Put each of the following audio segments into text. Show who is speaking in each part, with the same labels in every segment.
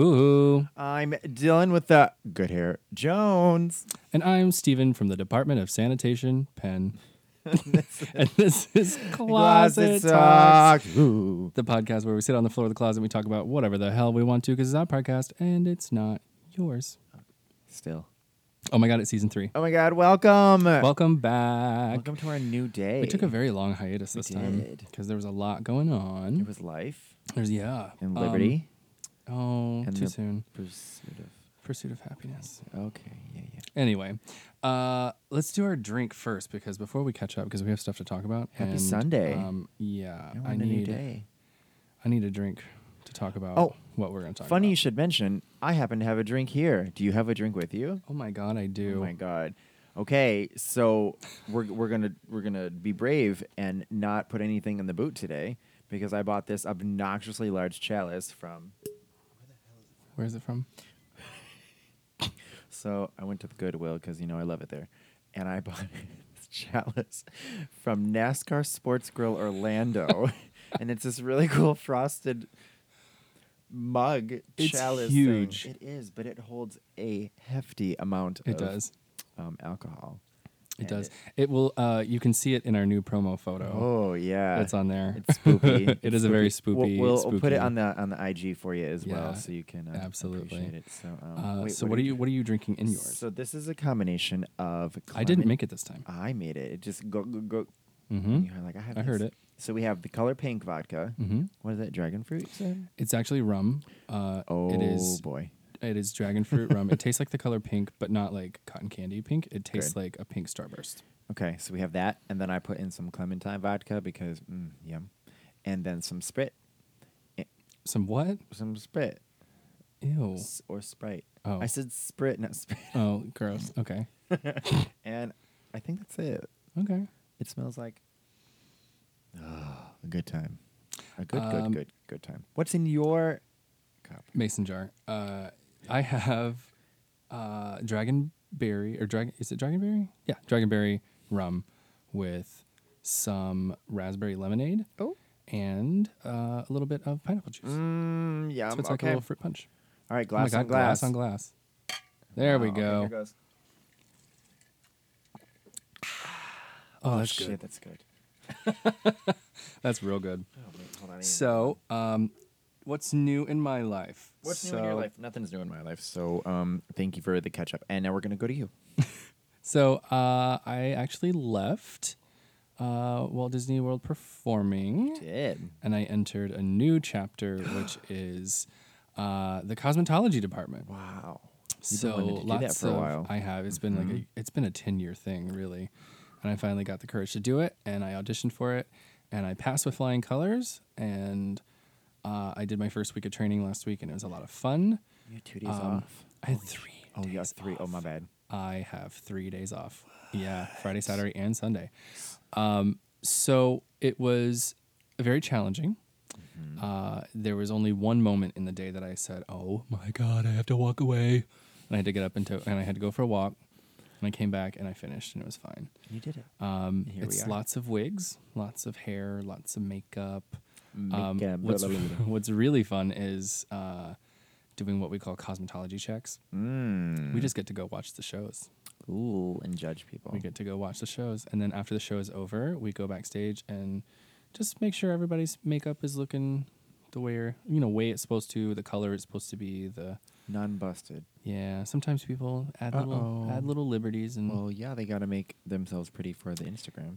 Speaker 1: Ooh.
Speaker 2: I'm Dylan with the good hair Jones.
Speaker 1: And I'm Steven from the Department of Sanitation, Penn. and this is Closet Talks,
Speaker 2: Talk. Ooh.
Speaker 1: the podcast where we sit on the floor of the closet and we talk about whatever the hell we want to because it's our podcast and it's not yours.
Speaker 2: Still.
Speaker 1: Oh my God, it's season three.
Speaker 2: Oh my God! Welcome.
Speaker 1: Welcome back.
Speaker 2: Welcome to our new day.
Speaker 1: We took a very long hiatus this time
Speaker 2: did.
Speaker 1: because there was a lot going
Speaker 2: It
Speaker 1: on.
Speaker 2: was life
Speaker 1: There's, yeah.
Speaker 2: and
Speaker 1: Um,
Speaker 2: liberty.
Speaker 1: oh,
Speaker 2: and
Speaker 1: too
Speaker 2: the-
Speaker 1: soon.
Speaker 2: Pursuit of.
Speaker 1: Pursuit of happiness.
Speaker 2: Okay. Yeah. Yeah.
Speaker 1: Anyway, uh, let's do our drink first because before we catch up, because we have stuff to talk about.
Speaker 2: Happy Sunday.
Speaker 1: Um, yeah,
Speaker 2: Now we're
Speaker 1: I
Speaker 2: in a new
Speaker 1: need
Speaker 2: day.
Speaker 1: I need a drink to talk about.
Speaker 2: Oh,
Speaker 1: what we're gonna talk
Speaker 2: Funny you
Speaker 1: about.
Speaker 2: should mention. I happen to have a drink here. Do you have a drink with you?
Speaker 1: oh my god, I do.
Speaker 2: Oh my god. Okay, so we're we're gonna we're gonna be brave and not put anything in the boot today because I bought this obnoxiously large chalice from.
Speaker 1: Where is it from?
Speaker 2: So I went to the Goodwill because you know I love it there, and I bought this chalice from NASCAR Sports Grill Orlando, and it's this really cool frosted mug
Speaker 1: It's
Speaker 2: chalice. thing.
Speaker 1: huge.
Speaker 2: It is, but it holds a hefty amount.
Speaker 1: It
Speaker 2: of,
Speaker 1: does.
Speaker 2: um, alcohol.
Speaker 1: It
Speaker 2: And
Speaker 1: does. It will. Uh, you can see it in our new promo photo.
Speaker 2: Oh yeah,
Speaker 1: It's on there.
Speaker 2: It's spoopy.
Speaker 1: It
Speaker 2: It's
Speaker 1: is a very
Speaker 2: We'll,
Speaker 1: spoopy-
Speaker 2: we'll, we'll put it
Speaker 1: spooky.
Speaker 2: on the on the IG for you as
Speaker 1: Yeah,
Speaker 2: well, so you can uh,
Speaker 1: absolutely.
Speaker 2: appreciate it. So, um,
Speaker 1: Uh,
Speaker 2: wait,
Speaker 1: so what are
Speaker 2: did
Speaker 1: you? What are you drinking in yours?
Speaker 2: So uh, this is a combination of.
Speaker 1: I didn't
Speaker 2: Clement-
Speaker 1: make it this time.
Speaker 2: I made it. It just go go go.
Speaker 1: Mm-hmm.
Speaker 2: You're like I have.
Speaker 1: I heard
Speaker 2: this."
Speaker 1: it.
Speaker 2: So we have the color pink vodka.
Speaker 1: Mhm.
Speaker 2: What is that? Dragon fruit. Sam?
Speaker 1: It's actually rum. Uh,
Speaker 2: Oh
Speaker 1: it is.
Speaker 2: boy.
Speaker 1: It is dragon fruit rum. It tastes like the color pink, but not like cotton candy pink. It tastes
Speaker 2: Good.
Speaker 1: like a pink starburst.
Speaker 2: Okay, so we have that, and then I put in some clementine vodka because mm, yum, and then some sprit,
Speaker 1: Some what?
Speaker 2: some sprit
Speaker 1: Ew.
Speaker 2: s- or sprite.
Speaker 1: Oh.
Speaker 2: I said sprit, not sprit.
Speaker 1: Oh, gross. Okay.
Speaker 2: And I think that's it.
Speaker 1: Okay.
Speaker 2: It smells like a good time. A good,
Speaker 1: Um,
Speaker 2: good, good, good time. What's in your cup?
Speaker 1: Mason jar. Uh, I have uh, dragonberry or dragon. Is it dragonberry? Yeah, dragonberry rum with some raspberry lemonade
Speaker 2: Oh.
Speaker 1: and uh, a little bit of pineapple juice.
Speaker 2: Mm, yeah.
Speaker 1: so it's like a
Speaker 2: okay.
Speaker 1: little fruit punch.
Speaker 2: All right,
Speaker 1: Oh my
Speaker 2: glass on
Speaker 1: God,
Speaker 2: glass.
Speaker 1: on glass. There we
Speaker 2: Wow, okay,
Speaker 1: go.
Speaker 2: here goes.
Speaker 1: Oh, that's
Speaker 2: shit,
Speaker 1: good.
Speaker 2: that's good.
Speaker 1: That's real good.
Speaker 2: Oh, wait, hold on. I need-
Speaker 1: So, um, what's new in my life?
Speaker 2: what's new in your
Speaker 1: So-
Speaker 2: life? Nothing's new in my life. So, um, thank you for the catch up. And now we're gonna go to you.
Speaker 1: So uh, I actually left uh, Walt Disney World performing.
Speaker 2: Did
Speaker 1: and I entered a new chapter, which is uh, the cosmetology department.
Speaker 2: wow. You've been
Speaker 1: so
Speaker 2: wanting to do that
Speaker 1: lots
Speaker 2: for a
Speaker 1: of
Speaker 2: while. Mm-hmm.
Speaker 1: I have. It's been like a, it's been a ten year thing, really, and I finally got the courage to do it, and I auditioned for it, and I passed with flying colors, and uh, I did my first week of training last week, and it was a lot of fun.
Speaker 2: You had two days
Speaker 1: Um,
Speaker 2: off.
Speaker 1: I had three.
Speaker 2: Oh, you have
Speaker 1: days
Speaker 2: three. Oh, my bad.
Speaker 1: I have three days off. Yeah, Friday, Saturday, and Sunday. Um, so it was very challenging.
Speaker 2: Mm-hmm.
Speaker 1: Uh, there was only one moment in the day that I said, "Oh my God, I have to walk away," and I had to get up and to- and I had to go for a walk, and I came back and I finished and it was fine.
Speaker 2: You did it.
Speaker 1: Um,
Speaker 2: Here we
Speaker 1: it's
Speaker 2: are.
Speaker 1: lots of wigs, lots of hair, lots of makeup.
Speaker 2: Makeup,
Speaker 1: um, what's,
Speaker 2: blah, blah, blah,
Speaker 1: what's really fun is uh, doing what we call cosmetology checks.
Speaker 2: Mm.
Speaker 1: We just get to go watch the shows.
Speaker 2: Ooh, and judge people.
Speaker 1: We get to go watch the shows, and then after the show is over, we go backstage and just make sure everybody's makeup is looking the way you know way it's supposed to, the color it's supposed to be. The
Speaker 2: None busted.
Speaker 1: yeah. Sometimes people add little
Speaker 2: Uh-oh.
Speaker 1: add little liberties and
Speaker 2: Well, yeah, they got to make themselves pretty for the Instagram.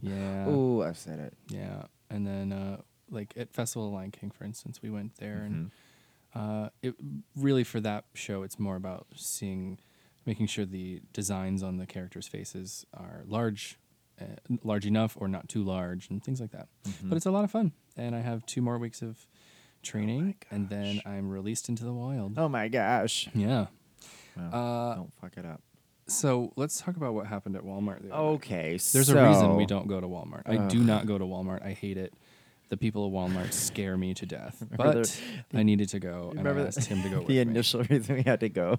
Speaker 1: Mm. yeah
Speaker 2: Oh, I've said it.
Speaker 1: yeah. And then uh, like at Festival of Lion King, for instance, we went there
Speaker 2: Mm-hmm.
Speaker 1: and uh, it really for that show, it's more about seeing, making sure the designs on the characters' faces are large, uh, large enough or not too large, and things like that. But it's a lot of fun, and I have two more weeks of training, and then I'm released into the wild.
Speaker 2: Oh my gosh.
Speaker 1: Yeah.
Speaker 2: Well, don't fuck it up.
Speaker 1: So let's talk about what happened at Walmart. The other night.
Speaker 2: Okay.
Speaker 1: There's a reason we don't go to Walmart. I do
Speaker 2: Ugh.
Speaker 1: not go to Walmart. I hate it. The people at Walmart scare me to death.
Speaker 2: Remember
Speaker 1: But
Speaker 2: the-
Speaker 1: I needed to go, and I
Speaker 2: remember the-
Speaker 1: asked him to go with
Speaker 2: The
Speaker 1: me.
Speaker 2: initial reason we had to go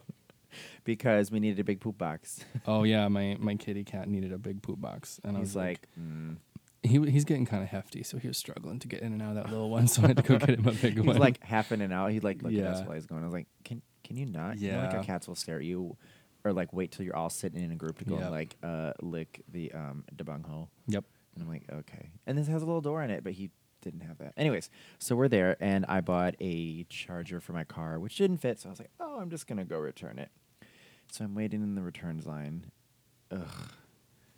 Speaker 2: because we needed a big poop box.
Speaker 1: Oh yeah, my my kitty cat needed a big poop box, and I was
Speaker 2: He's
Speaker 1: like,
Speaker 2: like, mm.
Speaker 1: he w- he's getting kind of hefty, so he was struggling to get in and out of that little one, so I had to go get him a big
Speaker 2: he's
Speaker 1: one.
Speaker 2: like half in and out. He's like looking at us
Speaker 1: Yeah.
Speaker 2: while he's going. I was like, can Can you not? You know, like
Speaker 1: Yeah.
Speaker 2: our cats will stare at you, or like wait till you're all sitting in a group to go
Speaker 1: Yep.
Speaker 2: and like uh, lick the um, debung hole.
Speaker 1: Yep.
Speaker 2: And I'm like, okay. And this has a little door in it, but he didn't have that. Anyways, so we're there, and I bought a charger for my car, which didn't fit. So I was like, oh, I'm just gonna go return it. So I'm waiting in the returns line. Ugh.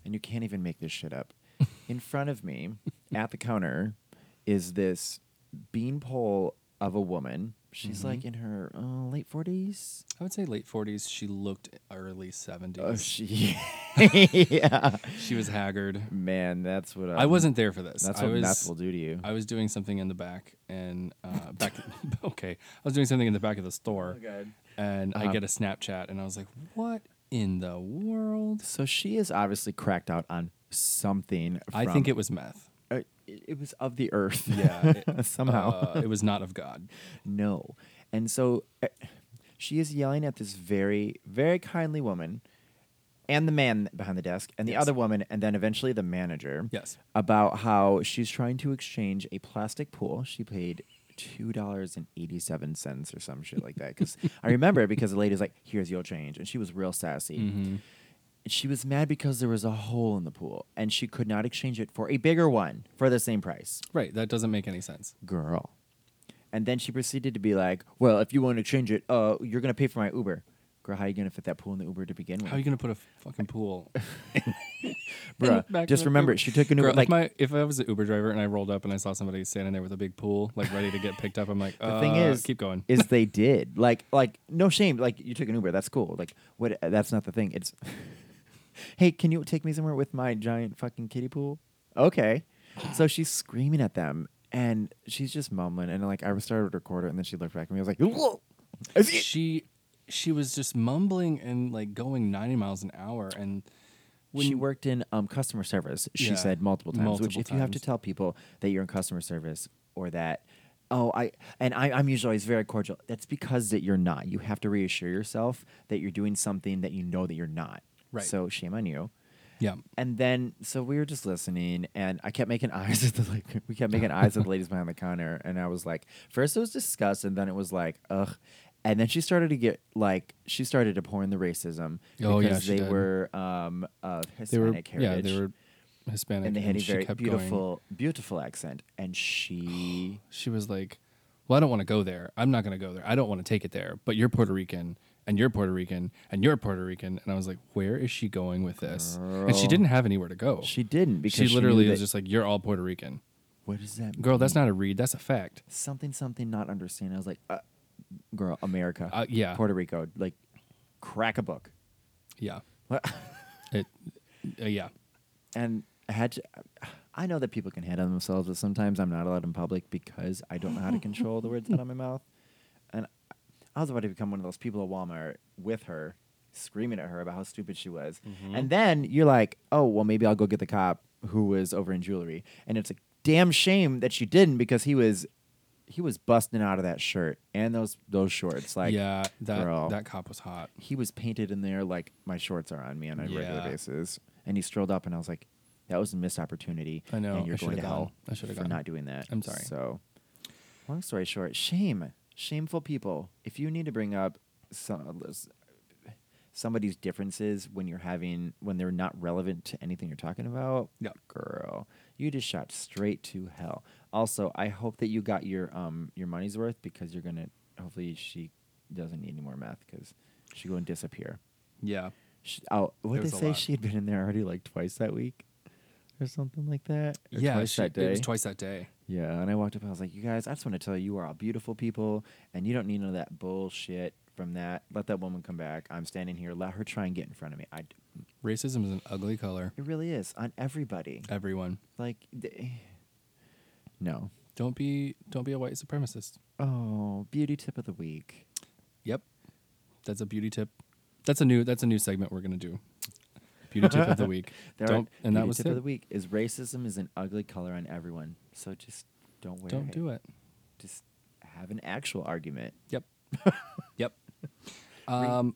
Speaker 2: And you can't even make this shit up. in front of me, at the counter, is this beanpole of a woman. She's
Speaker 1: Mm-hmm.
Speaker 2: like in her uh, late forties.
Speaker 1: I would say late 40s. She looked early 70s.
Speaker 2: Oh,
Speaker 1: she,
Speaker 2: she, yeah,
Speaker 1: was haggard.
Speaker 2: man, that's what
Speaker 1: I
Speaker 2: um,
Speaker 1: wasn't there for this.
Speaker 2: That's
Speaker 1: I
Speaker 2: what
Speaker 1: was,
Speaker 2: meth will do to you.
Speaker 1: I was doing something in the back and uh, back. okay, I was doing something in the back of the store,
Speaker 2: God.
Speaker 1: and I
Speaker 2: Uh-huh.
Speaker 1: get a Snapchat, and I was like, "What in the world?"
Speaker 2: So she is obviously cracked out on something.
Speaker 1: I
Speaker 2: from-
Speaker 1: think it was meth.
Speaker 2: uh, it, it was of the earth.
Speaker 1: Yeah, it-
Speaker 2: somehow
Speaker 1: Uh, it was not of God.
Speaker 2: no. And so uh, she is yelling at this very, very kindly woman, and the man behind the desk, and the
Speaker 1: Yes.
Speaker 2: other woman, and then eventually the manager.
Speaker 1: Yes.
Speaker 2: About how she's trying to exchange a plastic pool. She paid. Two dollars and eighty-seven cents, or some shit like that. Because I remember because the lady was like, "Here's your change," and she was real sassy.
Speaker 1: Mm-hmm.
Speaker 2: She was mad because there was a hole in the pool and she could not exchange it for a bigger one for the same price.
Speaker 1: Right. That doesn't make any sense.
Speaker 2: Girl. And then she proceeded to be like, "Well, if you want to exchange it, uh, you're gonna pay for my Uber." Girl, how you gonna fit that pool in the Uber to begin with?
Speaker 1: How are you gonna put a fucking pool?
Speaker 2: Bruh,
Speaker 1: back of
Speaker 2: just
Speaker 1: the
Speaker 2: remember,
Speaker 1: Uber?
Speaker 2: she took an Uber
Speaker 1: Girl,
Speaker 2: like
Speaker 1: if, my, if I was an Uber driver and I rolled up and I saw somebody standing there with a big pool, like ready to get picked up, I'm like,
Speaker 2: The thing
Speaker 1: "Uh,
Speaker 2: is,
Speaker 1: keep going.
Speaker 2: is they did like like no shame. Like you took an Uber, that's cool. Like what? That's not the thing. It's hey, can you take me somewhere with my giant fucking kiddie pool? Okay. So she's screaming at them, and she's just mumbling. And like I started to record her, and then she looked back at me. I was like, Whoa! Is it-"
Speaker 1: she she was just mumbling and like going 90 miles an hour and when
Speaker 2: she worked in um, customer service. She
Speaker 1: Yeah,
Speaker 2: said multiple times. which,
Speaker 1: multiple
Speaker 2: if you have to
Speaker 1: times.
Speaker 2: tell people that you're in customer service or that. Oh, I and I, I'm usually always very cordial. That's because that you're not. You have to reassure yourself that you're doing something that you know that you're not.
Speaker 1: Right.
Speaker 2: So shame on you.
Speaker 1: yeah
Speaker 2: And then so we were just listening, and I kept making eyes at the like we kept making eyes at the ladies behind the counter, and I was like, first it was disgust, and then it was like, ugh, and then she started to get like she started to pour in the racism
Speaker 1: Oh, yeah,
Speaker 2: because
Speaker 1: she
Speaker 2: they
Speaker 1: did.
Speaker 2: were um of
Speaker 1: they were
Speaker 2: Hispanic
Speaker 1: yeah
Speaker 2: heritage,
Speaker 1: they were hispanic
Speaker 2: and they had a
Speaker 1: she
Speaker 2: very
Speaker 1: kept going.
Speaker 2: beautiful beautiful accent, and she
Speaker 1: she was like well i don't want to go there i'm not going to go there i don't want to take it there but you're puerto rican and you're puerto rican and you're puerto rican and i was like where is she going with this and she
Speaker 2: Girl.
Speaker 1: didn't have anywhere to go
Speaker 2: she didn't because
Speaker 1: she
Speaker 2: knew
Speaker 1: literally was
Speaker 2: that-
Speaker 1: just like you're all puerto rican
Speaker 2: what does that
Speaker 1: girl that's
Speaker 2: mean?
Speaker 1: not a read that's a fact
Speaker 2: something something not understanding. I was like, uh, girl, America,
Speaker 1: Uh, yeah.
Speaker 2: Puerto Rico, like crack a book.
Speaker 1: yeah
Speaker 2: What?
Speaker 1: it uh, yeah
Speaker 2: and I had to, I know that people can hate on themselves, but sometimes I'm not allowed in public because I don't know how to control the words out of my mouth. And I was about to become one of those people at Walmart with her, screaming at her about how stupid she was. And then you're like, oh, well, maybe I'll go get the cop who was over in jewelry. And it's a damn shame that she didn't because he was he was busting out of that shirt and those those shorts. Like
Speaker 1: yeah that
Speaker 2: girl.
Speaker 1: that cop was hot
Speaker 2: he was painted in there like my shorts are on me on a regular
Speaker 1: Yeah.
Speaker 2: basis. And he strolled up, and I was like, "That was a missed opportunity."
Speaker 1: I know.
Speaker 2: And you're
Speaker 1: I
Speaker 2: going
Speaker 1: should've
Speaker 2: to hell.
Speaker 1: gone. I should've
Speaker 2: for
Speaker 1: gone.
Speaker 2: not doing that.
Speaker 1: I'm sorry.
Speaker 2: So, long story short, shame, shameful people. If you need to bring up some, somebody's differences when you're having when they're not relevant to anything you're talking about,
Speaker 1: Yep.
Speaker 2: girl, you just shot straight to hell. Also, I hope that you got your um your money's worth because you're gonna. Hopefully, she doesn't need any more meth because she going to disappear.
Speaker 1: yeah
Speaker 2: She, oh, what
Speaker 1: It
Speaker 2: did
Speaker 1: was
Speaker 2: they
Speaker 1: a
Speaker 2: say?
Speaker 1: lot.
Speaker 2: She had been in there already like twice that week, or something like that. or
Speaker 1: yeah
Speaker 2: twice
Speaker 1: she-
Speaker 2: that day.
Speaker 1: it was twice that day
Speaker 2: Yeah, and I walked up and I was like, "You guys, I just want to tell you, you are all beautiful people, and you don't need none of that bullshit from that. Let that woman come back. I'm standing here. Let her try and get in front of me. I, d-
Speaker 1: racism is an ugly color
Speaker 2: it really is on everybody.
Speaker 1: everyone
Speaker 2: Like, they, no.
Speaker 1: Don't be don't be a white supremacist.
Speaker 2: Oh, beauty tip of the week.
Speaker 1: Yep. That's a beauty tip. That's a new that's a new segment we're gonna do. Beauty tip of the week.
Speaker 2: There
Speaker 1: don't
Speaker 2: are,
Speaker 1: and that
Speaker 2: beauty
Speaker 1: was
Speaker 2: tip
Speaker 1: it.
Speaker 2: of the week is racism is an ugly color on everyone. So just don't wear
Speaker 1: Don't
Speaker 2: it.
Speaker 1: do it.
Speaker 2: Just have an actual argument.
Speaker 1: Yep. yep. Um,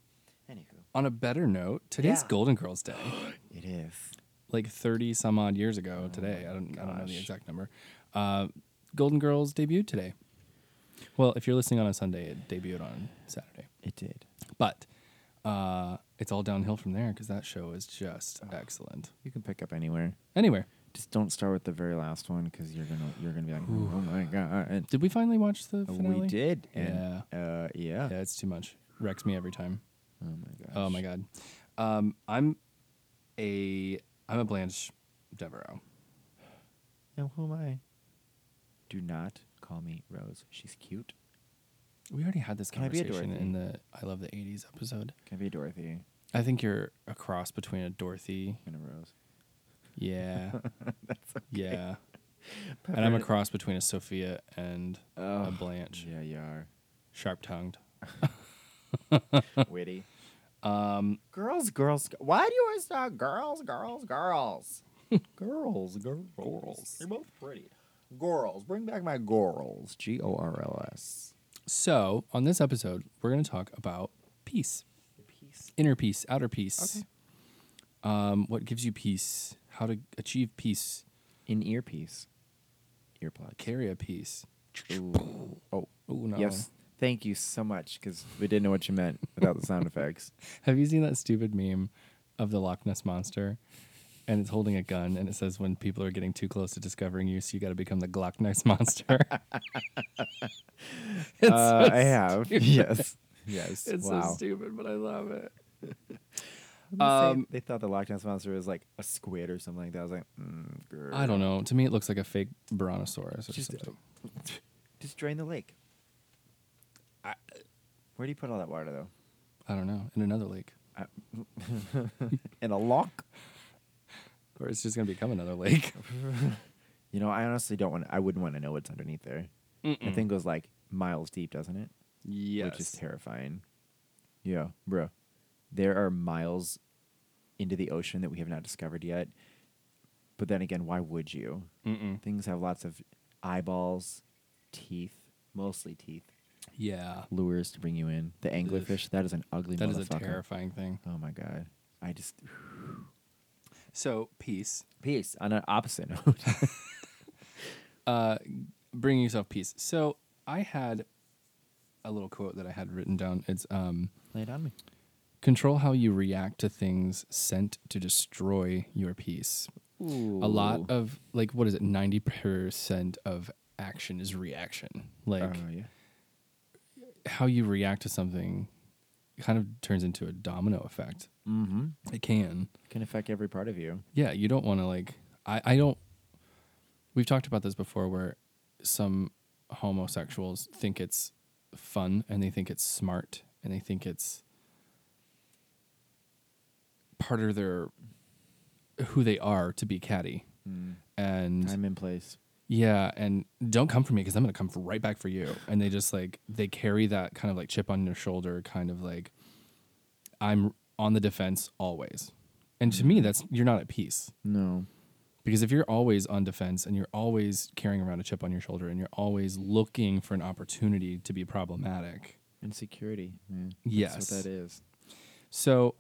Speaker 2: Anywho,
Speaker 1: on a better note, today's
Speaker 2: Yeah.
Speaker 1: Golden Girls Day.
Speaker 2: it is.
Speaker 1: like thirty some odd years ago today. I don't I don't know the
Speaker 2: Oh gosh.
Speaker 1: exact number. Uh, Golden Girls debuted today. Well, if you're listening on a Sunday, it debuted on Saturday.
Speaker 2: It did.
Speaker 1: But uh, it's all downhill from there because that show is just
Speaker 2: Oh.
Speaker 1: excellent.
Speaker 2: You can pick up anywhere.
Speaker 1: Anyway,
Speaker 2: Just don't start with the very last one because you're gonna you're gonna be like, oh my god.
Speaker 1: did we finally watch the
Speaker 2: Uh,
Speaker 1: finale?
Speaker 2: We did.
Speaker 1: Yeah.
Speaker 2: And, Uh, yeah.
Speaker 1: Yeah, it's too much. Wrecks me every time.
Speaker 2: Oh my god.
Speaker 1: Oh my god. Um, I'm a I'm a Blanche Devereaux.
Speaker 2: Now who am I? Do not call me Rose. She's cute.
Speaker 1: We already had this
Speaker 2: Can I be a
Speaker 1: conversation in
Speaker 2: Dorothy?
Speaker 1: the I love the '80s episode.
Speaker 2: Can I be Dorothy
Speaker 1: I think you're a cross between a Dorothy,
Speaker 2: and a Rose?
Speaker 1: yeah,
Speaker 2: That's okay.
Speaker 1: yeah, and I'm a
Speaker 2: Pepper-
Speaker 1: cross between a Sophia and a
Speaker 2: Oh,
Speaker 1: Blanche,
Speaker 2: Yeah, you are.
Speaker 1: sharp tongued.
Speaker 2: Witty. Um, girls, girls. g- Why do you always talk girls, girls, girls? girls, girls, girls. You're both pretty. Girls, bring back my girls. G O R L S.
Speaker 1: So on this episode, we're going to talk about peace,
Speaker 2: Peace.
Speaker 1: inner peace, outer peace.
Speaker 2: Okay.
Speaker 1: Um, what gives you peace? How to achieve peace?
Speaker 2: In earpiece. Earplug.
Speaker 1: Carry a peace.
Speaker 2: Ooh. Oh,
Speaker 1: Oh no!
Speaker 2: yes. Thank you so much because we didn't know what you meant without the sound effects.
Speaker 1: Have you seen that stupid meme of the Loch Ness monster? And it's holding a gun, and it says, "When people are getting too close to discovering you, so you got to become the Glock Ness monster." it's
Speaker 2: Uh,
Speaker 1: so
Speaker 2: I have.
Speaker 1: stupid.
Speaker 2: Yes. Yes.
Speaker 1: It's
Speaker 2: wow.
Speaker 1: so stupid, but I love it.
Speaker 2: They say
Speaker 1: Um,
Speaker 2: they thought the Loch Ness monster was like a squid or something like that. I was like, mm, girl.
Speaker 1: I don't know. To me, it looks like a fake Brontosaurus or
Speaker 2: Just-
Speaker 1: something.
Speaker 2: Just drain the lake. uh, Where do you put all that water though?
Speaker 1: I don't know. In another lake,
Speaker 2: In a lock?
Speaker 1: or it's just gonna become another lake.
Speaker 2: You know, I honestly don't want. I wouldn't want to know what's underneath there. The
Speaker 1: Mm.
Speaker 2: thing goes like miles deep, doesn't it?
Speaker 1: yes.
Speaker 2: Which is terrifying. Yeah, bro. There are miles into the ocean that we have not discovered yet. But then again, why would you?
Speaker 1: Mm-mm.
Speaker 2: Things have lots of eyeballs, teeth, mostly teeth.
Speaker 1: Yeah.
Speaker 2: lures to bring you in. The anglerfish, that is an ugly
Speaker 1: That
Speaker 2: motherfucker.
Speaker 1: is a terrifying thing.
Speaker 2: Oh my god. I just
Speaker 1: So peace,
Speaker 2: peace on an opposite note.
Speaker 1: uh, bringing yourself peace. So I had a little quote that I had written down. It's um,
Speaker 2: Lay it on me.
Speaker 1: control how you react to things sent to destroy your peace. A lot of like, what is it? Ninety percent of action is reaction. Like
Speaker 2: Oh, yeah.
Speaker 1: how you react to something, kind of turns into a domino effect.
Speaker 2: Mm-hmm.
Speaker 1: It can.
Speaker 2: Can affect every part of you.
Speaker 1: Yeah, you don't want to like. I I don't. We've talked about this before, where some homosexuals think it's fun and they think it's smart and they think it's part of their who they are to be catty. And
Speaker 2: Hmm. Time and place.
Speaker 1: yeah, and don't come for me because I'm gonna come f- right back for you. And they just like they carry that kind of like chip on their shoulder, kind of like I'm on the defense always. And to me, that's you're not at peace
Speaker 2: No.
Speaker 1: because if you're always on defense and you're always carrying around a chip on your shoulder and you're always looking for an opportunity to be problematic,
Speaker 2: Insecurity. Yeah. That's
Speaker 1: Yes.
Speaker 2: what that is.
Speaker 1: so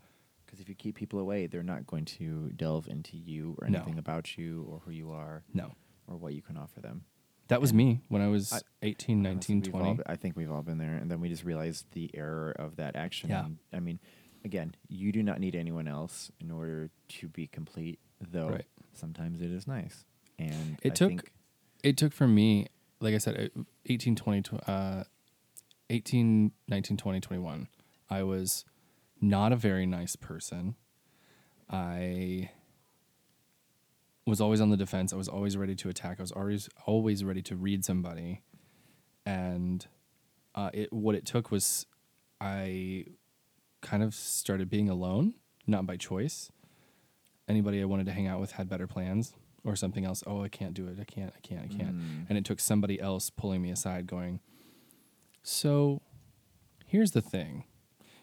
Speaker 2: Because if you keep people away, they're not going to delve into you or
Speaker 1: No.
Speaker 2: anything about you or who you are
Speaker 1: no,
Speaker 2: or what you can offer them.
Speaker 1: that was me when I was
Speaker 2: I-
Speaker 1: 18,
Speaker 2: Honestly,
Speaker 1: 19,
Speaker 2: we've all
Speaker 1: 20.
Speaker 2: be- I think we've all been there, and then we just realized the error of that action.
Speaker 1: Yeah.
Speaker 2: And, I mean, again, you do not need anyone else in order to be complete, though
Speaker 1: Right.
Speaker 2: sometimes it is nice. And
Speaker 1: It
Speaker 2: I
Speaker 1: took-
Speaker 2: think,
Speaker 1: it took for me like i said uh, 18 20 tw- uh 18 19 20 21 i was not a very nice person i was always on the defense i was always ready to attack i was always always ready to read somebody and uh, it what it took was i kind of started being alone not by choice anybody I wanted to hang out with had better plans or something else. Oh, I can't do it. I can't. I can't. I can't. And it took somebody else pulling me aside, going, So here's the thing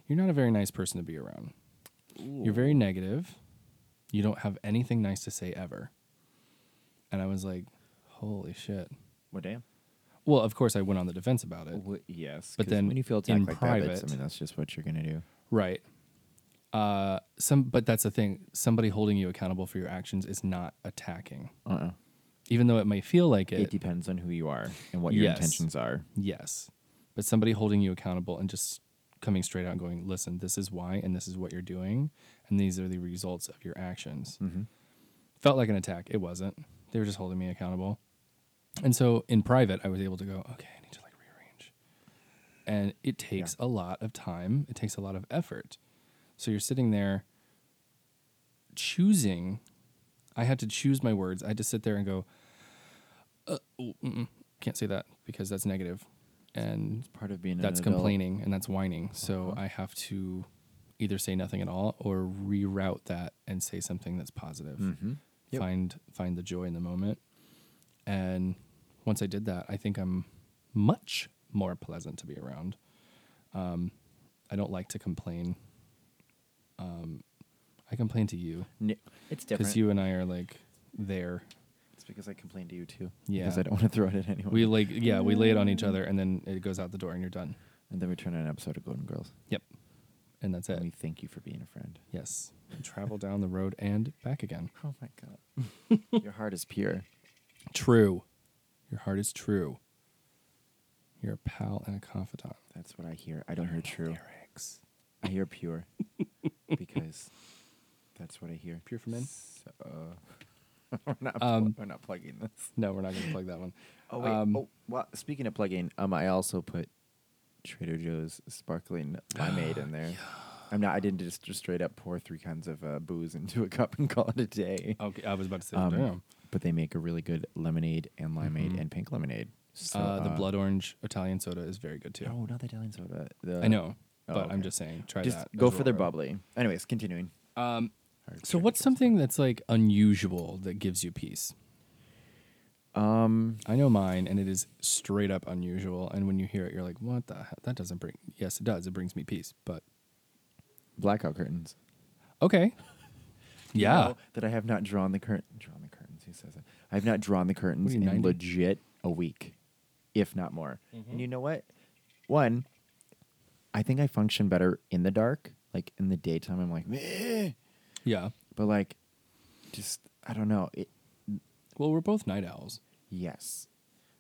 Speaker 1: you're not a very nice person to be around. You're very negative. You don't have anything nice to say ever. And I was like, Holy shit.
Speaker 2: well, damn.
Speaker 1: Well, of course, I went on the defense about it.
Speaker 2: Wh-
Speaker 1: Uh,
Speaker 2: yes.
Speaker 1: But
Speaker 2: 'cause
Speaker 1: then
Speaker 2: when you feel attacked
Speaker 1: in
Speaker 2: like that, that's, I
Speaker 1: private-
Speaker 2: mean, that's just what you're going to do.
Speaker 1: Right. Uh, some, but that's the thing. Somebody holding you accountable for your actions is not attacking,
Speaker 2: Uh uh
Speaker 1: even though it may feel like
Speaker 2: It,
Speaker 1: it.
Speaker 2: depends on who you are and what your
Speaker 1: Yes.
Speaker 2: intentions are.
Speaker 1: Yes. But somebody holding you accountable and just coming straight out and going, listen, this is why, and this is what you're doing, and these are the results of your actions.
Speaker 2: Mhm.
Speaker 1: Felt like an attack. It wasn't. They were just holding me accountable. And so in private, I was able to go, okay, I need to like rearrange. And it takes a lot of time, it takes a lot of effort. So you're sitting there choosing. I had to choose my words. I had to sit there and go, uh, ooh, mm-mm, can't say that because that's negative. And
Speaker 2: Part of being an
Speaker 1: that's
Speaker 2: adult.
Speaker 1: complaining and that's whining. So
Speaker 2: Uh-huh.
Speaker 1: I have to either say nothing at all or reroute that and say something that's positive.
Speaker 2: Mhm. Yep.
Speaker 1: Find find the joy in the moment. And once I did that, I think I'm much more pleasant to be around. Um, I don't like to complain. Um, I complain to you
Speaker 2: N- It's different.
Speaker 1: because you and I are like there.
Speaker 2: it's because I complained to you too.
Speaker 1: Yeah.
Speaker 2: Because I don't want to throw it at anyone.
Speaker 1: We like yeah, we lay it on each other and then it goes out the door and you're done.
Speaker 2: and then we turn on an episode of Golden Girls.
Speaker 1: Yep. And that's it.
Speaker 2: And we thank you for being a friend.
Speaker 1: Yes. Travel down the road and back again.
Speaker 2: Oh my god. Your heart is pure.
Speaker 1: True. Your heart is true. You're a pal and a confidant.
Speaker 2: That's what I hear. I don't hear true.
Speaker 1: Lyrics.
Speaker 2: I hear pure. because that's what I hear.
Speaker 1: Pure for men?
Speaker 2: So, we're, not pl-
Speaker 1: Um,
Speaker 2: we're not plugging this.
Speaker 1: No, we're not going to plug that one.
Speaker 2: Oh wait.
Speaker 1: Um,
Speaker 2: oh, well, speaking of plugging, um, I also put Trader Joe's sparkling limeade in there. I'm not. I didn't just, just straight up pour three kinds of uh, booze into a cup and call it a day.
Speaker 1: Okay, I was about to say,
Speaker 2: Um,
Speaker 1: damn.
Speaker 2: But they make a really good lemonade and limeade
Speaker 1: Mhm.
Speaker 2: and pink lemonade. So,
Speaker 1: uh, the blood orange Italian soda is very good too.
Speaker 2: Oh, not the Italian soda. The,
Speaker 1: I know,
Speaker 2: oh,
Speaker 1: but I'm
Speaker 2: okay.
Speaker 1: just saying, try
Speaker 2: Just
Speaker 1: that.
Speaker 2: go
Speaker 1: as
Speaker 2: for their
Speaker 1: well.
Speaker 2: bubbly. Anyways, continuing.
Speaker 1: Um,
Speaker 2: Our
Speaker 1: so,
Speaker 2: Trader
Speaker 1: what's
Speaker 2: Joe's.
Speaker 1: something that's like unusual that gives you peace?
Speaker 2: Um,
Speaker 1: I know mine, and it is straight up unusual. And when you hear it, you're like, what the heck? That doesn't bring. Yes, it does. It brings me peace. But
Speaker 2: blackout curtains.
Speaker 1: okay.
Speaker 2: You
Speaker 1: Yeah.
Speaker 2: know that I have not drawn the curtain. Drawn the curtains. Who says that? I have not drawn the curtains
Speaker 1: you,
Speaker 2: in
Speaker 1: 90?
Speaker 2: legit a week, if not more.
Speaker 1: Mm-hmm.
Speaker 2: And you know what? One, I think I function better in the dark. Like in the daytime, I'm like, "Meh,"
Speaker 1: Yeah.
Speaker 2: but like, just I don't know. It,
Speaker 1: Well, we're both night owls.
Speaker 2: yes,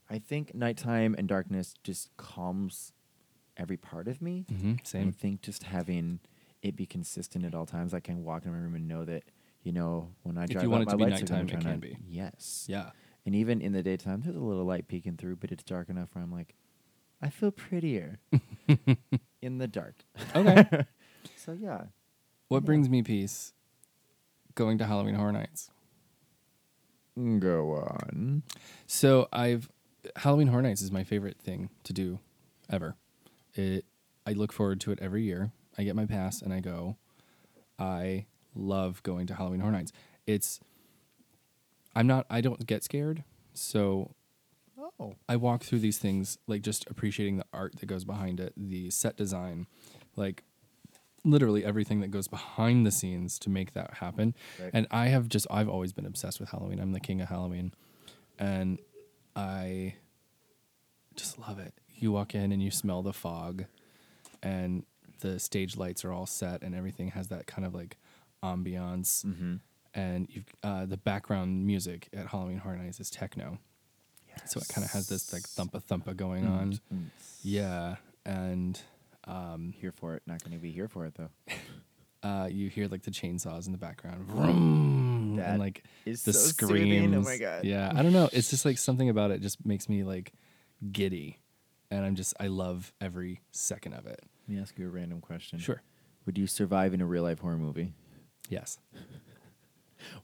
Speaker 2: I think nighttime and darkness just calms every part of me.
Speaker 1: Mm-hmm.
Speaker 2: And I think just having it be consistent at all times, I can walk in my room and know that, you know, when I
Speaker 1: If
Speaker 2: drive
Speaker 1: you
Speaker 2: out,
Speaker 1: want it
Speaker 2: my
Speaker 1: to be
Speaker 2: lights are gonna
Speaker 1: nighttime, it
Speaker 2: turn
Speaker 1: can
Speaker 2: on.
Speaker 1: be.
Speaker 2: Yes.
Speaker 1: Yeah.
Speaker 2: And even in the daytime, there's a little light peeking through, but it's dark enough where I'm like, I feel prettier in the dark.
Speaker 1: Okay.
Speaker 2: So yeah,
Speaker 1: what brings me peace? Going to Halloween Horror Nights.
Speaker 2: go on.
Speaker 1: So I've Halloween Horror Nights is my favorite thing to do ever. It I look forward to it every year. I get my pass and I go. I love going to Halloween Horror Nights. It's I'm not I don't get scared, so
Speaker 2: Oh,
Speaker 1: I walk through these things like just appreciating the art that goes behind it, the set design, like literally everything that goes behind the scenes to make that happen.
Speaker 2: Right.
Speaker 1: And I have just I've always been obsessed with Halloween. I'm the king of Halloween. And I just love it. You walk in and you smell the fog and the stage lights are all set and everything has that kind of like ambiance
Speaker 2: mm-hmm.
Speaker 1: and you've, uh, the background music at Halloween Horror Nights is techno. So it kind of has this like thumpa thumpa going on.
Speaker 2: Mm-hmm.
Speaker 1: Yeah, and
Speaker 2: mm. Here for it. Not going to be here for it though.
Speaker 1: uh, you hear like the chainsaws in the background, vroom,
Speaker 2: That
Speaker 1: and like
Speaker 2: is
Speaker 1: the
Speaker 2: so
Speaker 1: screams.
Speaker 2: soothing. Oh my God.
Speaker 1: Yeah, I don't know. It's just like something about it just makes me like giddy, and I'm just I love every second of it.
Speaker 2: Let me ask you a random question.
Speaker 1: Sure.
Speaker 2: Would you survive in a real life horror movie?
Speaker 1: Yes.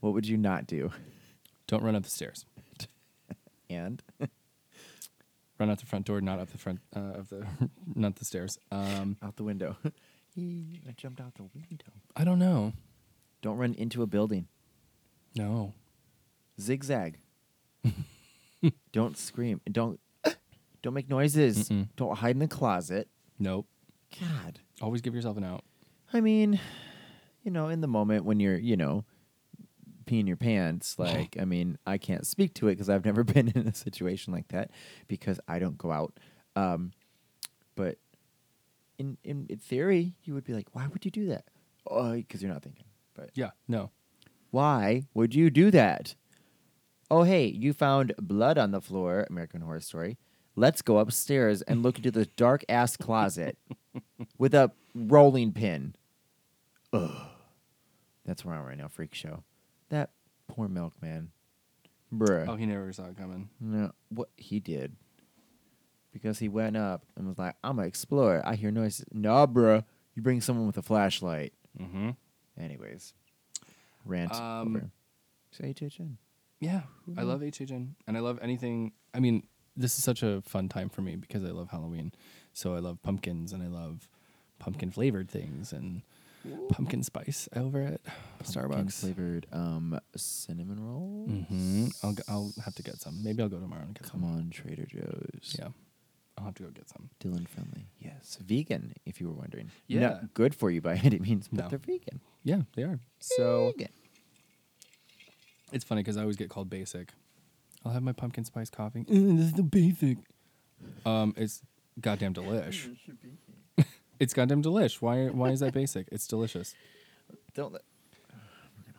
Speaker 2: What would you not do?
Speaker 1: Don't run up the stairs.
Speaker 2: And
Speaker 1: Run out the front door, not up the front uh, of the not the stairs. Um,
Speaker 2: out the window. Yee, I jumped out the window.
Speaker 1: I don't know.
Speaker 2: Don't run into a building.
Speaker 1: No.
Speaker 2: Zigzag. don't scream. Don't don't make noises.
Speaker 1: Mm-mm.
Speaker 2: Don't hide in the closet.
Speaker 1: Nope.
Speaker 2: God.
Speaker 1: Always give yourself an out.
Speaker 2: I mean, you know, in the moment when you're, you know, peeing your pants, like, I mean, I can't speak to it because I've never been in a situation like that because I don't go out. Um, but in in in theory, you would be like, why would you do that? Oh, because you're not thinking. But
Speaker 1: Yeah. No.
Speaker 2: Why would you do that? Oh, hey, you found blood on the floor, American Horror Story. let's go upstairs and look into the dark ass closet with a rolling pin. Ugh. That's where I'm right now, freak show. That poor milkman. Bruh.
Speaker 1: Oh, he never saw it coming.
Speaker 2: No, what he did. Because he went up and was like, I'm an explorer. I hear noises. Nah, bruh. You bring someone with a flashlight.
Speaker 1: Mm-hmm.
Speaker 2: Anyways, rant
Speaker 1: Um,
Speaker 2: over. So HHN.
Speaker 1: Yeah, I
Speaker 2: Hmm.
Speaker 1: love HHN, and I love anything. I mean, this is such a fun time for me because I love Halloween. So I love pumpkins, and I love pumpkin flavored things, and pumpkin spice over at Starbucks.
Speaker 2: flavored um, cinnamon rolls.
Speaker 1: Mm-hmm. I'll g- I'll have to get some. Maybe I'll go tomorrow and get
Speaker 2: Come
Speaker 1: some.
Speaker 2: on, Trader Joe's.
Speaker 1: Yeah, I'll have to go get some.
Speaker 2: Dylan friendly. Yes. Vegan, if you were wondering.
Speaker 1: Yeah.
Speaker 2: Not good for you by any means, but
Speaker 1: No.
Speaker 2: they're vegan.
Speaker 1: Yeah, they are. So
Speaker 2: Vegan.
Speaker 1: it's funny because I always get called basic. I'll have my pumpkin spice coffee. Mm, this is the basic. Um, it's goddamn delish. it's goddamn delish. Why? Why is that basic? It's delicious.
Speaker 2: Don't let-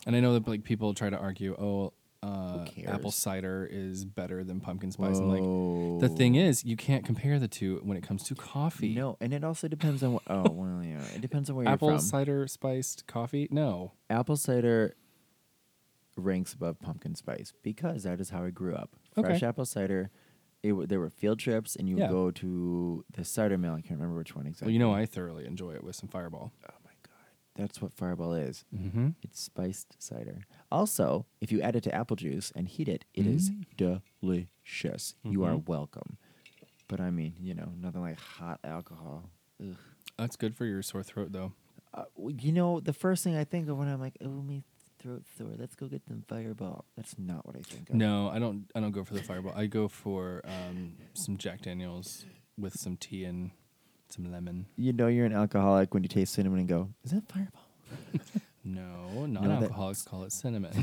Speaker 1: And I know that like people try to argue, oh, uh,
Speaker 2: Who cares?
Speaker 1: apple cider is better than pumpkin spice. And like the thing is, you can't compare the two when it comes to coffee.
Speaker 2: No, and it also depends on what. Oh, well, yeah. It depends on where
Speaker 1: apple
Speaker 2: you're from.
Speaker 1: cider spiced coffee. No,
Speaker 2: Apple cider ranks above pumpkin spice because that is how I grew up.
Speaker 1: Okay.
Speaker 2: Fresh apple cider. It, w- there were field trips, and you would
Speaker 1: Yeah.
Speaker 2: go to the cider mill. I can't remember which one exactly.
Speaker 1: well, you know I thoroughly enjoy it with some Fireball.
Speaker 2: Oh my god, that's what Fireball is.
Speaker 1: Mm-hmm.
Speaker 2: It's spiced cider. Also, if you add it to apple juice and heat it, it is
Speaker 1: Mm-hmm.
Speaker 2: delicious. You are welcome. But I mean, you know, nothing like hot alcohol. Ugh.
Speaker 1: That's good for your sore throat though.
Speaker 2: Uh, w- you know, the first thing I think of when I'm like, oh, me throat sore. Let's go get some Fireball. That's not what I think of.
Speaker 1: No, I don't. I don't go for the Fireball. I go for um, some Jack Daniels with some tea and some lemon.
Speaker 2: You know you're an alcoholic when you taste cinnamon and go, is that Fireball?
Speaker 1: No,
Speaker 2: that-
Speaker 1: non-alcoholics call it cinnamon.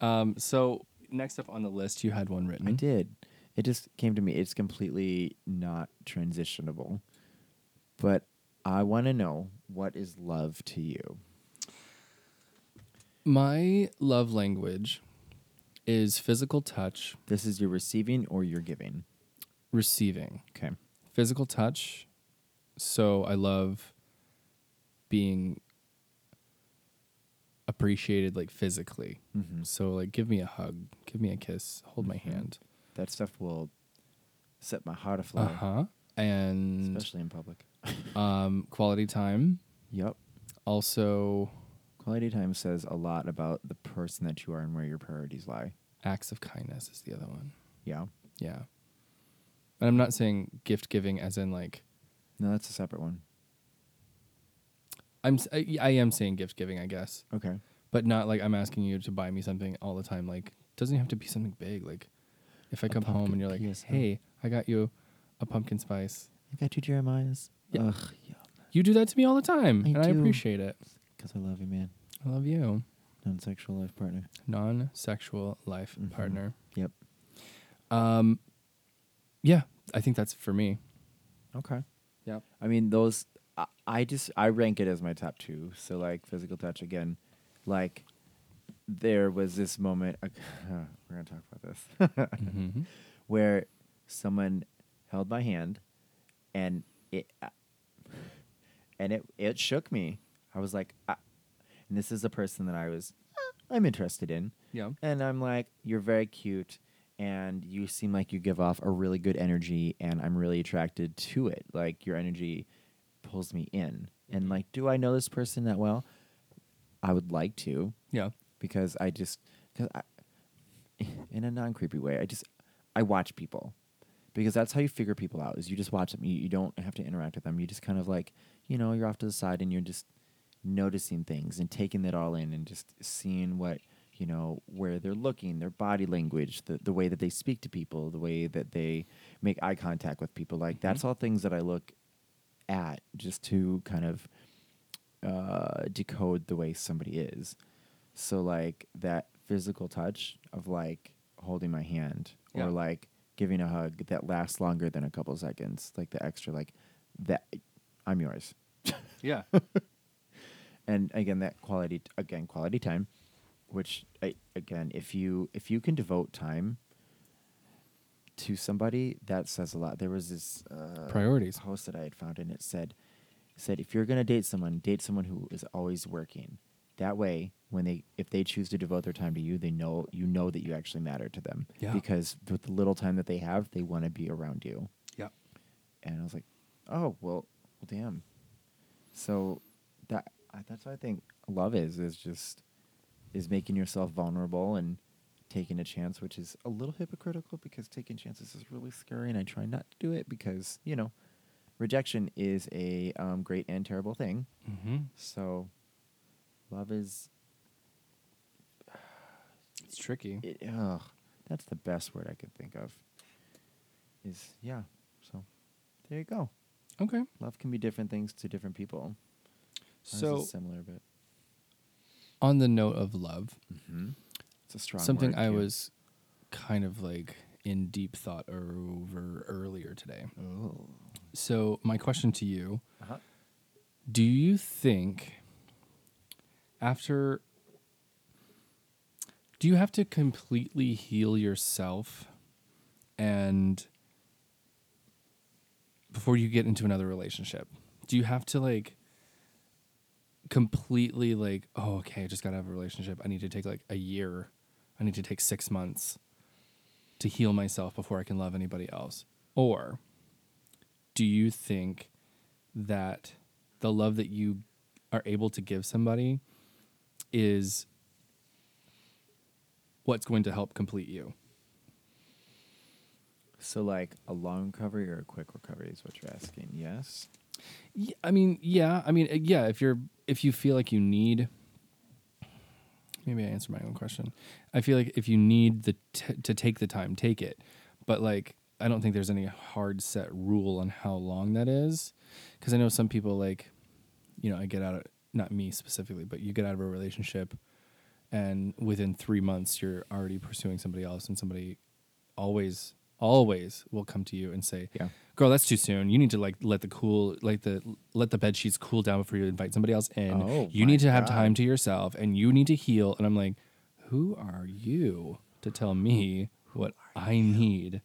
Speaker 1: um, so next up on the list, you had one written.
Speaker 2: I did. It just came to me. It's completely not transitionable. But I want to know what is love to you?
Speaker 1: My love language is physical touch,
Speaker 2: This is your receiving or your giving.
Speaker 1: receiving,
Speaker 2: Okay.
Speaker 1: physical touch. So I love being appreciated, like physically.
Speaker 2: Mm-hmm.
Speaker 1: So like, give me a hug, give me a kiss, hold my
Speaker 2: Mhm.
Speaker 1: hand.
Speaker 2: That stuff will set my heart aflow,
Speaker 1: Uh huh. And
Speaker 2: especially in public.
Speaker 1: um, quality time.
Speaker 2: Yep.
Speaker 1: Also,
Speaker 2: Quality time says a lot about the person that you are and where your priorities lie.
Speaker 1: acts of kindness is the other one.
Speaker 2: Yeah.
Speaker 1: Yeah. And I'm not saying gift giving as in like
Speaker 2: No, that's a separate one.
Speaker 1: I'm s- I, I am saying gift giving, I guess,
Speaker 2: Okay.
Speaker 1: but not like I'm asking you to buy me something all the time. Like doesn't have to be something big. Like if I
Speaker 2: A
Speaker 1: come home and
Speaker 2: pumpkin
Speaker 1: you're like,
Speaker 2: PSO.
Speaker 1: "Hey, I got you a pumpkin spice."
Speaker 2: I got two Jeremiah's.
Speaker 1: Yeah.
Speaker 2: Ugh, yeah.
Speaker 1: You do that to me all the time,
Speaker 2: I
Speaker 1: and I
Speaker 2: do.
Speaker 1: appreciate it.
Speaker 2: Because I love you, man.
Speaker 1: I love you.
Speaker 2: Non sexual life partner.
Speaker 1: Non-sexual life
Speaker 2: Mhm.
Speaker 1: partner.
Speaker 2: Yep.
Speaker 1: Um yeah, I think that's for me.
Speaker 2: Okay.
Speaker 1: Yep.
Speaker 2: I mean, those, I, I just, I rank it as my top two. So, like, physical touch again. Like, there was this moment, we're going to talk about this,
Speaker 1: hmm
Speaker 2: where someone held my hand and it, uh, and it, it shook me. I was like, ah. and this is a person that I was, ah, I'm interested in.
Speaker 1: Yeah.
Speaker 2: And I'm like, you're very cute and you seem like you give off a really good energy and I'm really attracted to it. Like your energy pulls me in. And like, do I know this person that well? I would like to
Speaker 1: Yeah.
Speaker 2: because I just cause I, in a non creepy way, I just I watch people because that's how you figure people out is you just watch them. You, you don't have to interact with them. You just kind of like you know you're off to the side and you're just noticing things and taking it all in and just seeing what you know where they're looking, their body language, the the way that they speak to people, the way that they make eye contact with people. Like that's all things that I look at just to kind of uh, decode the way somebody is. So like that physical touch of like holding my hand
Speaker 1: Yeah.
Speaker 2: or like giving a hug that lasts longer than a couple seconds, like the extra like that I'm yours.
Speaker 1: Yeah.
Speaker 2: And again that quality again quality time, which I, again if you if you can devote time to somebody, that says a lot. There was this uh,
Speaker 1: Priorities.
Speaker 2: post that I had found, and it said, said if you're gonna date someone, date someone who is always working. That way, when they if they choose to devote their time to you, they know you know that you actually matter to them.
Speaker 1: Yeah.
Speaker 2: Because with the little time that they have, they want to be around you.
Speaker 1: Yeah.
Speaker 2: And I was like, oh well, well damn. So that I- that's what I think love is is just is making yourself vulnerable and taking a chance, which is a little hypocritical because taking chances is really scary, and I try not to do it because you know rejection is a um, great and terrible thing.
Speaker 1: Mm-hmm.
Speaker 2: So love is
Speaker 1: It's tricky.
Speaker 2: it, ugh, that's the best word I could think of. Is yeah. So there you go.
Speaker 1: okay.
Speaker 2: Love can be different things to different people. Ours is
Speaker 1: So
Speaker 2: similar, but
Speaker 1: on the note of love,
Speaker 2: it's a strong
Speaker 1: something
Speaker 2: word,
Speaker 1: I
Speaker 2: too.
Speaker 1: was kind of like in deep thought over earlier today.
Speaker 2: Oh.
Speaker 1: So my question to you:
Speaker 2: Uh-huh.
Speaker 1: Do you think after do you have to completely heal yourself and before you get into another relationship? Do you have to like completely like, oh okay, I just gotta have a relationship. I need to take like a year. I need to take six months to heal myself before I can love anybody else. Or do you think that the love that you are able to give somebody is what's going to help complete you?
Speaker 2: So like a long recovery or a quick recovery is what you're asking. Yes.
Speaker 1: Y- I mean, yeah. I mean, uh, yeah. If you're, if you feel like you need, maybe I answered my own question. I feel like if you need the t- to take the time, take it. But like, I don't think there's any hard set rule on how long that is, because I know some people like, you know, I get out of not me specifically, but you get out of a relationship, and within three months you're already pursuing somebody else, and somebody always, always will come to you and say,
Speaker 2: Yeah.
Speaker 1: girl that's too soon you need to like let the cool like the let the bed sheets cool down before you invite somebody else in
Speaker 2: Oh,
Speaker 1: you
Speaker 2: my
Speaker 1: need to have
Speaker 2: God.
Speaker 1: time to yourself and you need to heal and i'm like who are you to tell me what i need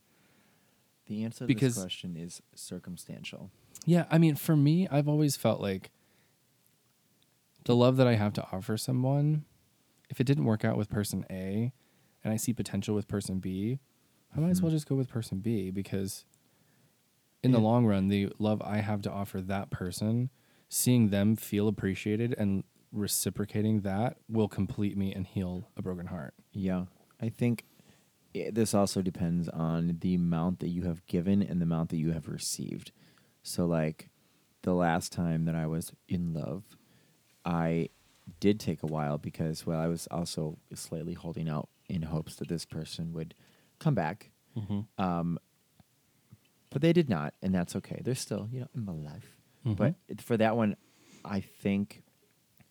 Speaker 2: The answer to
Speaker 1: Because-
Speaker 2: this question is circumstantial.
Speaker 1: yeah i mean for me i've always felt like the love that i have to offer someone if it didn't work out with person a and i see potential with person b i might as well just go with person b because in the
Speaker 2: Yeah.
Speaker 1: long run, the love I have to offer that person, seeing them feel appreciated and reciprocating that will complete me and heal a broken heart.
Speaker 2: Yeah. I think i this also depends on the amount that you have given and the amount that you have received. So, like, the last time that I was in love, I did take a while because, well, I was also slightly holding out in hopes that this person would come back.
Speaker 1: Mm-hmm. Uh,
Speaker 2: but they did not, and that's okay. They're still, you know, in my life. But it- for that one, I think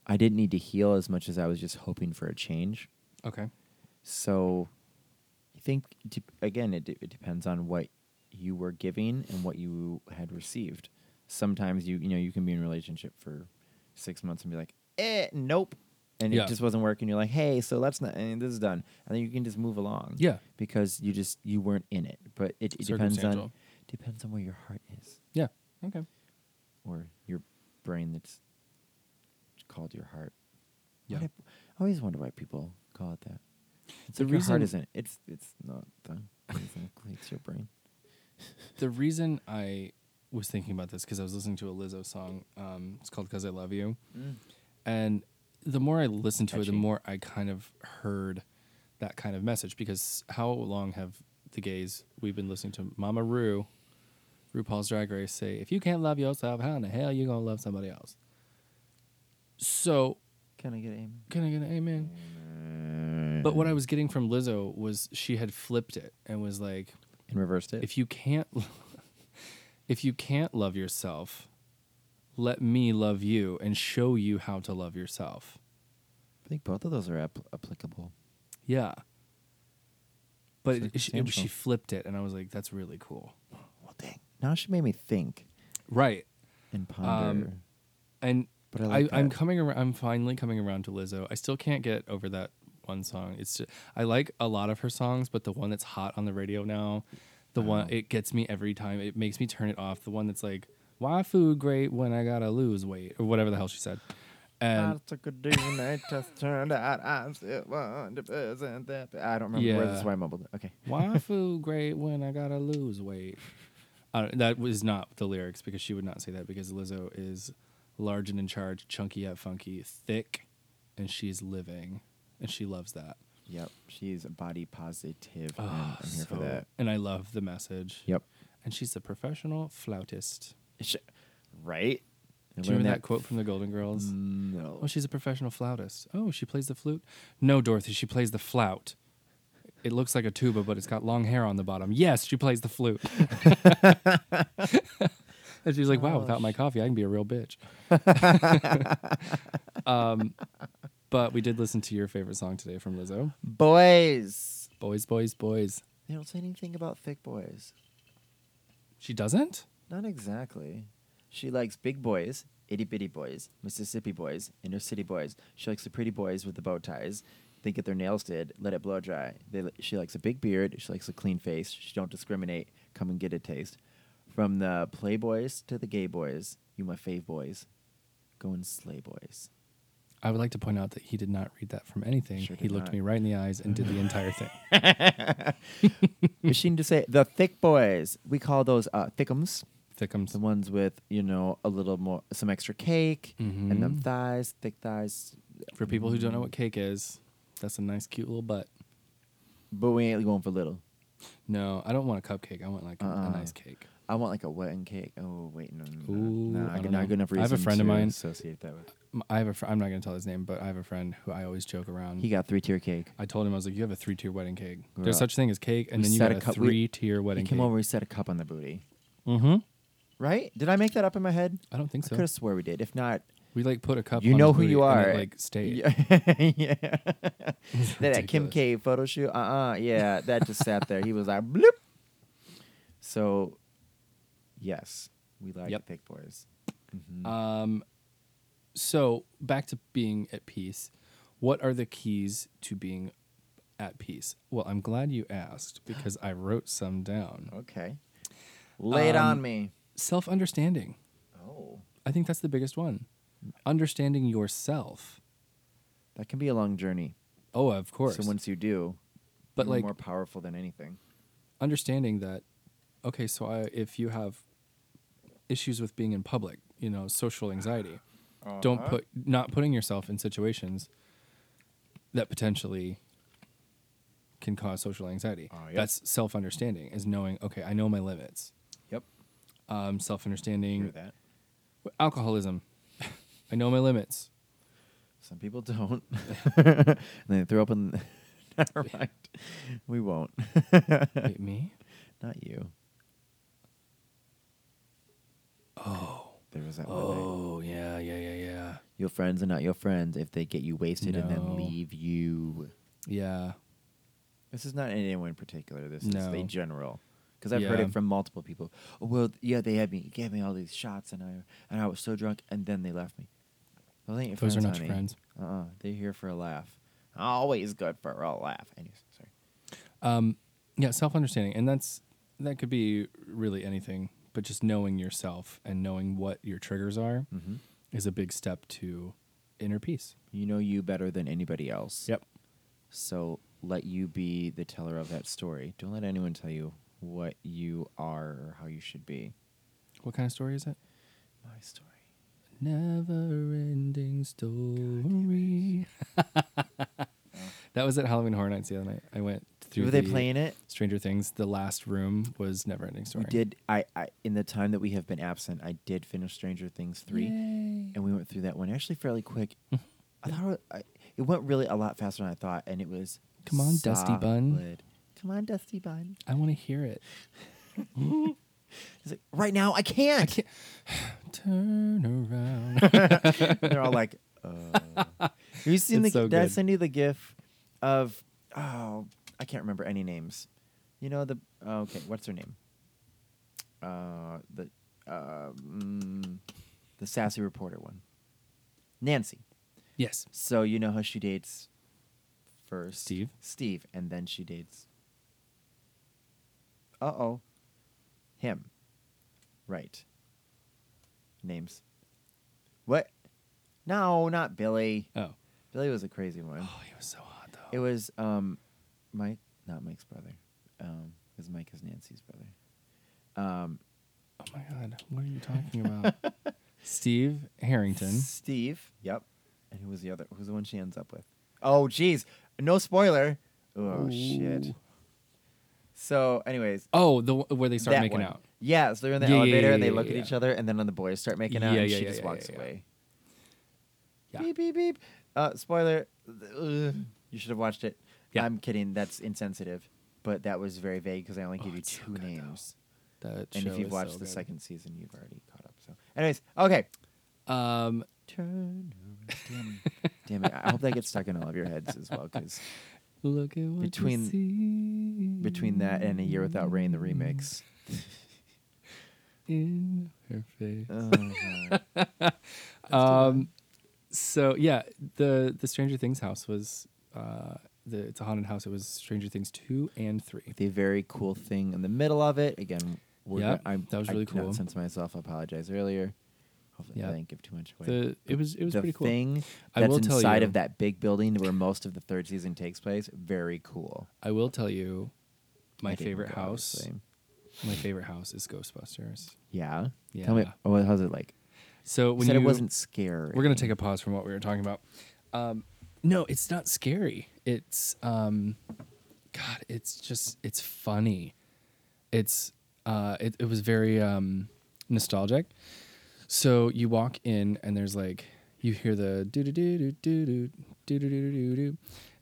Speaker 2: I didn't need to heal as much as I was just hoping for a change.
Speaker 1: Okay.
Speaker 2: So I think it dep- again, it, de- it depends on what you were giving and what you had received. Sometimes you you know you can be in a relationship for six months and be like, eh, nope, and
Speaker 1: Yeah.
Speaker 2: it just wasn't working. You're like, hey, so let's not, and this is done, and then you can just move along.
Speaker 1: Yeah.
Speaker 2: because you just you weren't in it. But it, it depends on
Speaker 1: Circumstantial.
Speaker 2: depends on where your heart is
Speaker 1: Yeah. Okay.
Speaker 2: or your brain that's called your heart.
Speaker 1: Yeah.
Speaker 2: Why do- I always wonder why people call it that. It's
Speaker 1: The
Speaker 2: the reason
Speaker 1: reason-
Speaker 2: heart isn't. It's it's not the exactly. It's your brain.
Speaker 1: The reason I was thinking about this because I was listening to a Lizzo song. Um, it's called "Cause I Love You," and the more I listened to it,
Speaker 2: Catchy.
Speaker 1: the more I kind of heard that kind of message. Because how long have the gays we've been listening to Mama Ru, RuPaul's Drag Race say, "If you can't love yourself, how in the hell you gonna love somebody else?" So
Speaker 2: Can I get aim?
Speaker 1: can I get an amen? But what I was getting from Lizzo was she had flipped it and was like,
Speaker 2: And reversed it.
Speaker 1: if you can't if you can't love yourself let me love you and show you how to love yourself
Speaker 2: I think both of those are ap- applicable.
Speaker 1: yeah but it- she, it-
Speaker 2: Circumstantial.
Speaker 1: she flipped it and i was like that's really cool
Speaker 2: Well, dang. Now she made me think
Speaker 1: right
Speaker 2: and ponder.
Speaker 1: Um, and
Speaker 2: But I like
Speaker 1: I, I'm
Speaker 2: that.
Speaker 1: coming around. I'm finally coming around to Lizzo. I still can't get over that one song. It's just, I like a lot of her songs, but the one that's hot on the radio now, The
Speaker 2: Oh.
Speaker 1: one it gets me every time. It makes me turn it off. The one that's like, "Why food great when I gotta lose weight?" or whatever the hell she said.
Speaker 2: I
Speaker 1: And
Speaker 2: took a DNA test, turned out I'm still 100% that. I don't remember where this
Speaker 1: Yeah.
Speaker 2: is why I mumbled. it. Okay.
Speaker 1: why food great when I gotta lose weight? I don't- that was not the lyrics because she would not say that because Lizzo is large and in charge, chunky yet funky, thick, and she's living, and she loves that.
Speaker 2: Yep. She's body positive. and
Speaker 1: Ah,
Speaker 2: I'm here for
Speaker 1: so-
Speaker 2: that.
Speaker 1: And I love the message.
Speaker 2: Yep.
Speaker 1: And she's a professional flautist.
Speaker 2: Sh-
Speaker 1: Do
Speaker 2: right? I
Speaker 1: you
Speaker 2: learned Mm.
Speaker 1: remember that, quote from the Golden Girls?
Speaker 2: No.
Speaker 1: Oh, she's a professional flautist. Oh, she plays the flute? No, Dorothy, she plays the flout. It looks like a tuba, but it's got long hair on the bottom. Yes, she plays the flute. and she's like, wow, without my coffee, I can be a real bitch. um, but we did listen to your favorite song today from Lizzo
Speaker 2: Boys.
Speaker 1: Boys, Boys, Boys.
Speaker 2: They don't say anything about thick boys.
Speaker 1: She doesn't?
Speaker 2: Not exactly. She likes big boys, itty bitty boys, Mississippi boys, inner city boys. She likes the pretty boys with the bow ties. They get their nails did. Let it blow dry. They, li- she likes a big beard. She likes a clean face. She don't discriminate. Come and get a taste. From the playboys to the gay boys, you my fave boys. Go and slay boys.
Speaker 1: I would like to point out that he did not read that from anything.
Speaker 2: Sure
Speaker 1: he
Speaker 2: did
Speaker 1: looked
Speaker 2: not.
Speaker 1: me right in the eyes and did the entire thing.
Speaker 2: But she need to say the thick boys. We call those uh, thickums.
Speaker 1: Thickums.
Speaker 2: The ones with you know a little more, some extra cake, and them
Speaker 1: Mhm.
Speaker 2: thighs, thick thighs.
Speaker 1: For people who don't know what cake is, that's a nice, cute little butt.
Speaker 2: Mm, But we ain't going for little.
Speaker 1: No, I don't want a cupcake. I want like a,
Speaker 2: Uh-uh.
Speaker 1: a nice cake.
Speaker 2: I want like a wedding cake. Oh wait, no, no, no,
Speaker 1: Ooh,
Speaker 2: no,
Speaker 1: I
Speaker 2: I
Speaker 1: don't
Speaker 2: not
Speaker 1: know.
Speaker 2: good enough
Speaker 1: I
Speaker 2: reason.
Speaker 1: have a friend of
Speaker 2: to
Speaker 1: mine-
Speaker 2: Associate that with.
Speaker 1: M- I have a. Fr- I'm not gonna tell his name, but I have a friend who I always joke around.
Speaker 2: He got three tier cake.
Speaker 1: I told him I was like, "You have a three tier wedding cake.
Speaker 2: Grew
Speaker 1: There's
Speaker 2: up.
Speaker 1: such thing as cake, and
Speaker 2: We
Speaker 1: then you
Speaker 2: set
Speaker 1: got
Speaker 2: a
Speaker 1: a
Speaker 2: cup- we-
Speaker 1: three tier
Speaker 2: He
Speaker 1: wedding
Speaker 2: came
Speaker 1: cake."
Speaker 2: over. He set a cup on the booty.
Speaker 1: Mm-hmm.
Speaker 2: Right? Did I make that up in my head?
Speaker 1: I don't think
Speaker 2: I
Speaker 1: so.
Speaker 2: could have swore we did. If not,
Speaker 1: We like put a cup.
Speaker 2: you
Speaker 1: on
Speaker 2: know
Speaker 1: his
Speaker 2: who you
Speaker 1: booty and it,
Speaker 2: are.
Speaker 1: like stayed.
Speaker 2: Yeah. yeah. that Kim
Speaker 1: ridiculous.
Speaker 2: K photo shoot. Uh uh Yeah, that just sat there. He was like bloop. So, yes, we like
Speaker 1: Yep.
Speaker 2: thick boys.
Speaker 1: Um, so back to being at peace. What are the keys to being at peace? Well, I'm glad you asked because I wrote some down.
Speaker 2: Okay. Lay it
Speaker 1: Um,
Speaker 2: on me.
Speaker 1: Self understanding.
Speaker 2: Oh,
Speaker 1: I think that's the biggest one. Understanding yourself.
Speaker 2: that can be a long journey.
Speaker 1: Oh, of course.
Speaker 2: So once you do,
Speaker 1: but
Speaker 2: you're
Speaker 1: like
Speaker 2: more powerful than anything.
Speaker 1: understanding that okay, so I if you have issues with being in public, you know, social anxiety, don't
Speaker 2: Uh-huh.
Speaker 1: put not putting yourself in situations that potentially can cause social anxiety.
Speaker 2: Oh, yep.
Speaker 1: That's self-understanding is knowing, okay, I know my limits.
Speaker 2: Yep.
Speaker 1: Um,
Speaker 2: Hear
Speaker 1: self-understanding
Speaker 2: that.
Speaker 1: alcoholism. I know my limits.
Speaker 2: Some people don't. and they throw up in. Never mind. We won't.
Speaker 1: Wait, me?
Speaker 2: Not you.
Speaker 1: Oh.
Speaker 2: There was that one eh? night.
Speaker 1: Oh, yeah, yeah, yeah, yeah.
Speaker 2: Your friends are not your friends if they get you wasted and then
Speaker 1: No.
Speaker 2: leave you.
Speaker 1: Yeah.
Speaker 2: This is not anyone in particular. This is the
Speaker 1: No.
Speaker 2: general. Because I've heard
Speaker 1: Yeah.
Speaker 2: it from multiple people. Oh, well, th- yeah, they had me gave me all these shots, and I and I was so drunk, and then they left me. Those ain't your
Speaker 1: Those are
Speaker 2: friends,
Speaker 1: not your
Speaker 2: honey.
Speaker 1: friends.
Speaker 2: Uh-uh. They're here for a laugh. Always good for a laugh. Anyways, sorry.
Speaker 1: Um, yeah, self understanding, and that's that could be really anything, but just knowing yourself and knowing what your triggers are
Speaker 2: Mm-hmm.
Speaker 1: is a big step to inner peace.
Speaker 2: You know you better than anybody else.
Speaker 1: Yep.
Speaker 2: So let you be the teller of that story. Don't let anyone tell you what you are or how you should be.
Speaker 1: What kind of story is it?
Speaker 2: My story.
Speaker 1: Never ending story. that was at Halloween Horror Nights the other night. I went through.
Speaker 2: Oh. Were they
Speaker 1: the
Speaker 2: playing it?
Speaker 1: Stranger Things? The last room was Never Ending Story.
Speaker 2: We did. I, I in the time that we have been absent, I did finish Stranger Things three,
Speaker 1: Yay.
Speaker 2: and we went through that one actually fairly quick. I thought it, I, it went really a lot faster than I thought, and it was.
Speaker 1: Come on, Dusty Bun.
Speaker 2: solid. Come on, Dusty Bun.
Speaker 1: I want to hear it.
Speaker 2: He's like, right now I can't.
Speaker 1: Turn around.
Speaker 2: And they're all like, uh. have you seen
Speaker 1: It's
Speaker 2: the?
Speaker 1: so
Speaker 2: did I
Speaker 1: good.
Speaker 2: send you the gif of? Oh, I can't remember any names. You know the? oh, okay, what's her name? Uh, the, uh, mm, the sassy reporter one, Nancy.
Speaker 1: yes.
Speaker 2: So you know how she dates first
Speaker 1: Steve?
Speaker 2: Steve, and then she dates uh oh, him. Right. Names. What? No, not Billy.
Speaker 1: Oh,
Speaker 2: Billy was a crazy one.
Speaker 1: oh, he was so hot though.
Speaker 2: It was um, Mike, not Mike's brother, um, because Mike is Nancy's brother. Um,
Speaker 1: oh my god, what are you talking about? Steve Harrington.
Speaker 2: Steve. Yep. And who was the other? Who's the one she ends up with? Oh, jeez. No spoiler. Oh shit.
Speaker 1: Ooh.
Speaker 2: So, anyways,
Speaker 1: Oh, the one where they start
Speaker 2: that
Speaker 1: making
Speaker 2: one.
Speaker 1: out.
Speaker 2: Yeah, so they're in the
Speaker 1: Yeah, yeah,
Speaker 2: elevator and
Speaker 1: yeah,
Speaker 2: they
Speaker 1: yeah,
Speaker 2: look at
Speaker 1: yeah.
Speaker 2: each other, and then when the boys start making out,
Speaker 1: Yeah,
Speaker 2: and
Speaker 1: yeah,
Speaker 2: she
Speaker 1: yeah,
Speaker 2: just
Speaker 1: yeah,
Speaker 2: walks
Speaker 1: yeah, yeah.
Speaker 2: away.
Speaker 1: Yeah.
Speaker 2: Beep beep beep. Uh, spoiler. Ugh, you should have watched it.
Speaker 1: Yeah.
Speaker 2: I'm kidding. That's insensitive, but that was very vague because I only
Speaker 1: Oh,
Speaker 2: give you
Speaker 1: it's so
Speaker 2: two
Speaker 1: good, though.
Speaker 2: names.
Speaker 1: That
Speaker 2: And
Speaker 1: show
Speaker 2: if you've
Speaker 1: is
Speaker 2: watched
Speaker 1: so
Speaker 2: the
Speaker 1: good.
Speaker 2: second season, you've already caught up. So, anyways, okay.
Speaker 1: um,
Speaker 2: Turn around. Damn it. Damn it. I hope that gets stuck in all of your heads as well because
Speaker 1: look at what
Speaker 2: Between-
Speaker 1: between
Speaker 2: between that and A Year Without Rain, the remix.
Speaker 1: in her face.
Speaker 2: Oh, God.
Speaker 1: Um, so yeah, the the Stranger Things house was uh the it's a haunted house. It was Stranger Things two and three.
Speaker 2: with a very cool thing in the middle of it. Again, we're
Speaker 1: Yep,
Speaker 2: gonna- I,
Speaker 1: that was
Speaker 2: I
Speaker 1: really
Speaker 2: did not
Speaker 1: cool.
Speaker 2: Sense myself. I apologize earlier. Hopefully, I
Speaker 1: Yep.
Speaker 2: didn't give too much away.
Speaker 1: The it was it was
Speaker 2: the
Speaker 1: pretty cool.
Speaker 2: thing
Speaker 1: I
Speaker 2: that's
Speaker 1: will tell
Speaker 2: inside
Speaker 1: you-
Speaker 2: of that big building where most of the third season takes place. Very cool.
Speaker 1: I will tell you,
Speaker 2: I
Speaker 1: my
Speaker 2: didn't
Speaker 1: favorite
Speaker 2: go,
Speaker 1: house.
Speaker 2: obviously.
Speaker 1: My favorite house is Ghostbusters.
Speaker 2: Yeah. Tell me,
Speaker 1: Yeah.
Speaker 2: oh, how's it like?
Speaker 1: So
Speaker 2: You
Speaker 1: when
Speaker 2: said
Speaker 1: you,
Speaker 2: it wasn't scary.
Speaker 1: we're gonna take a pause from what we were talking about. Um, no, it's not scary. It's um, God, it's just it's funny. It's uh, it, it was very um, nostalgic. So you walk in and there's like you hear the do do do do do do do do do do do,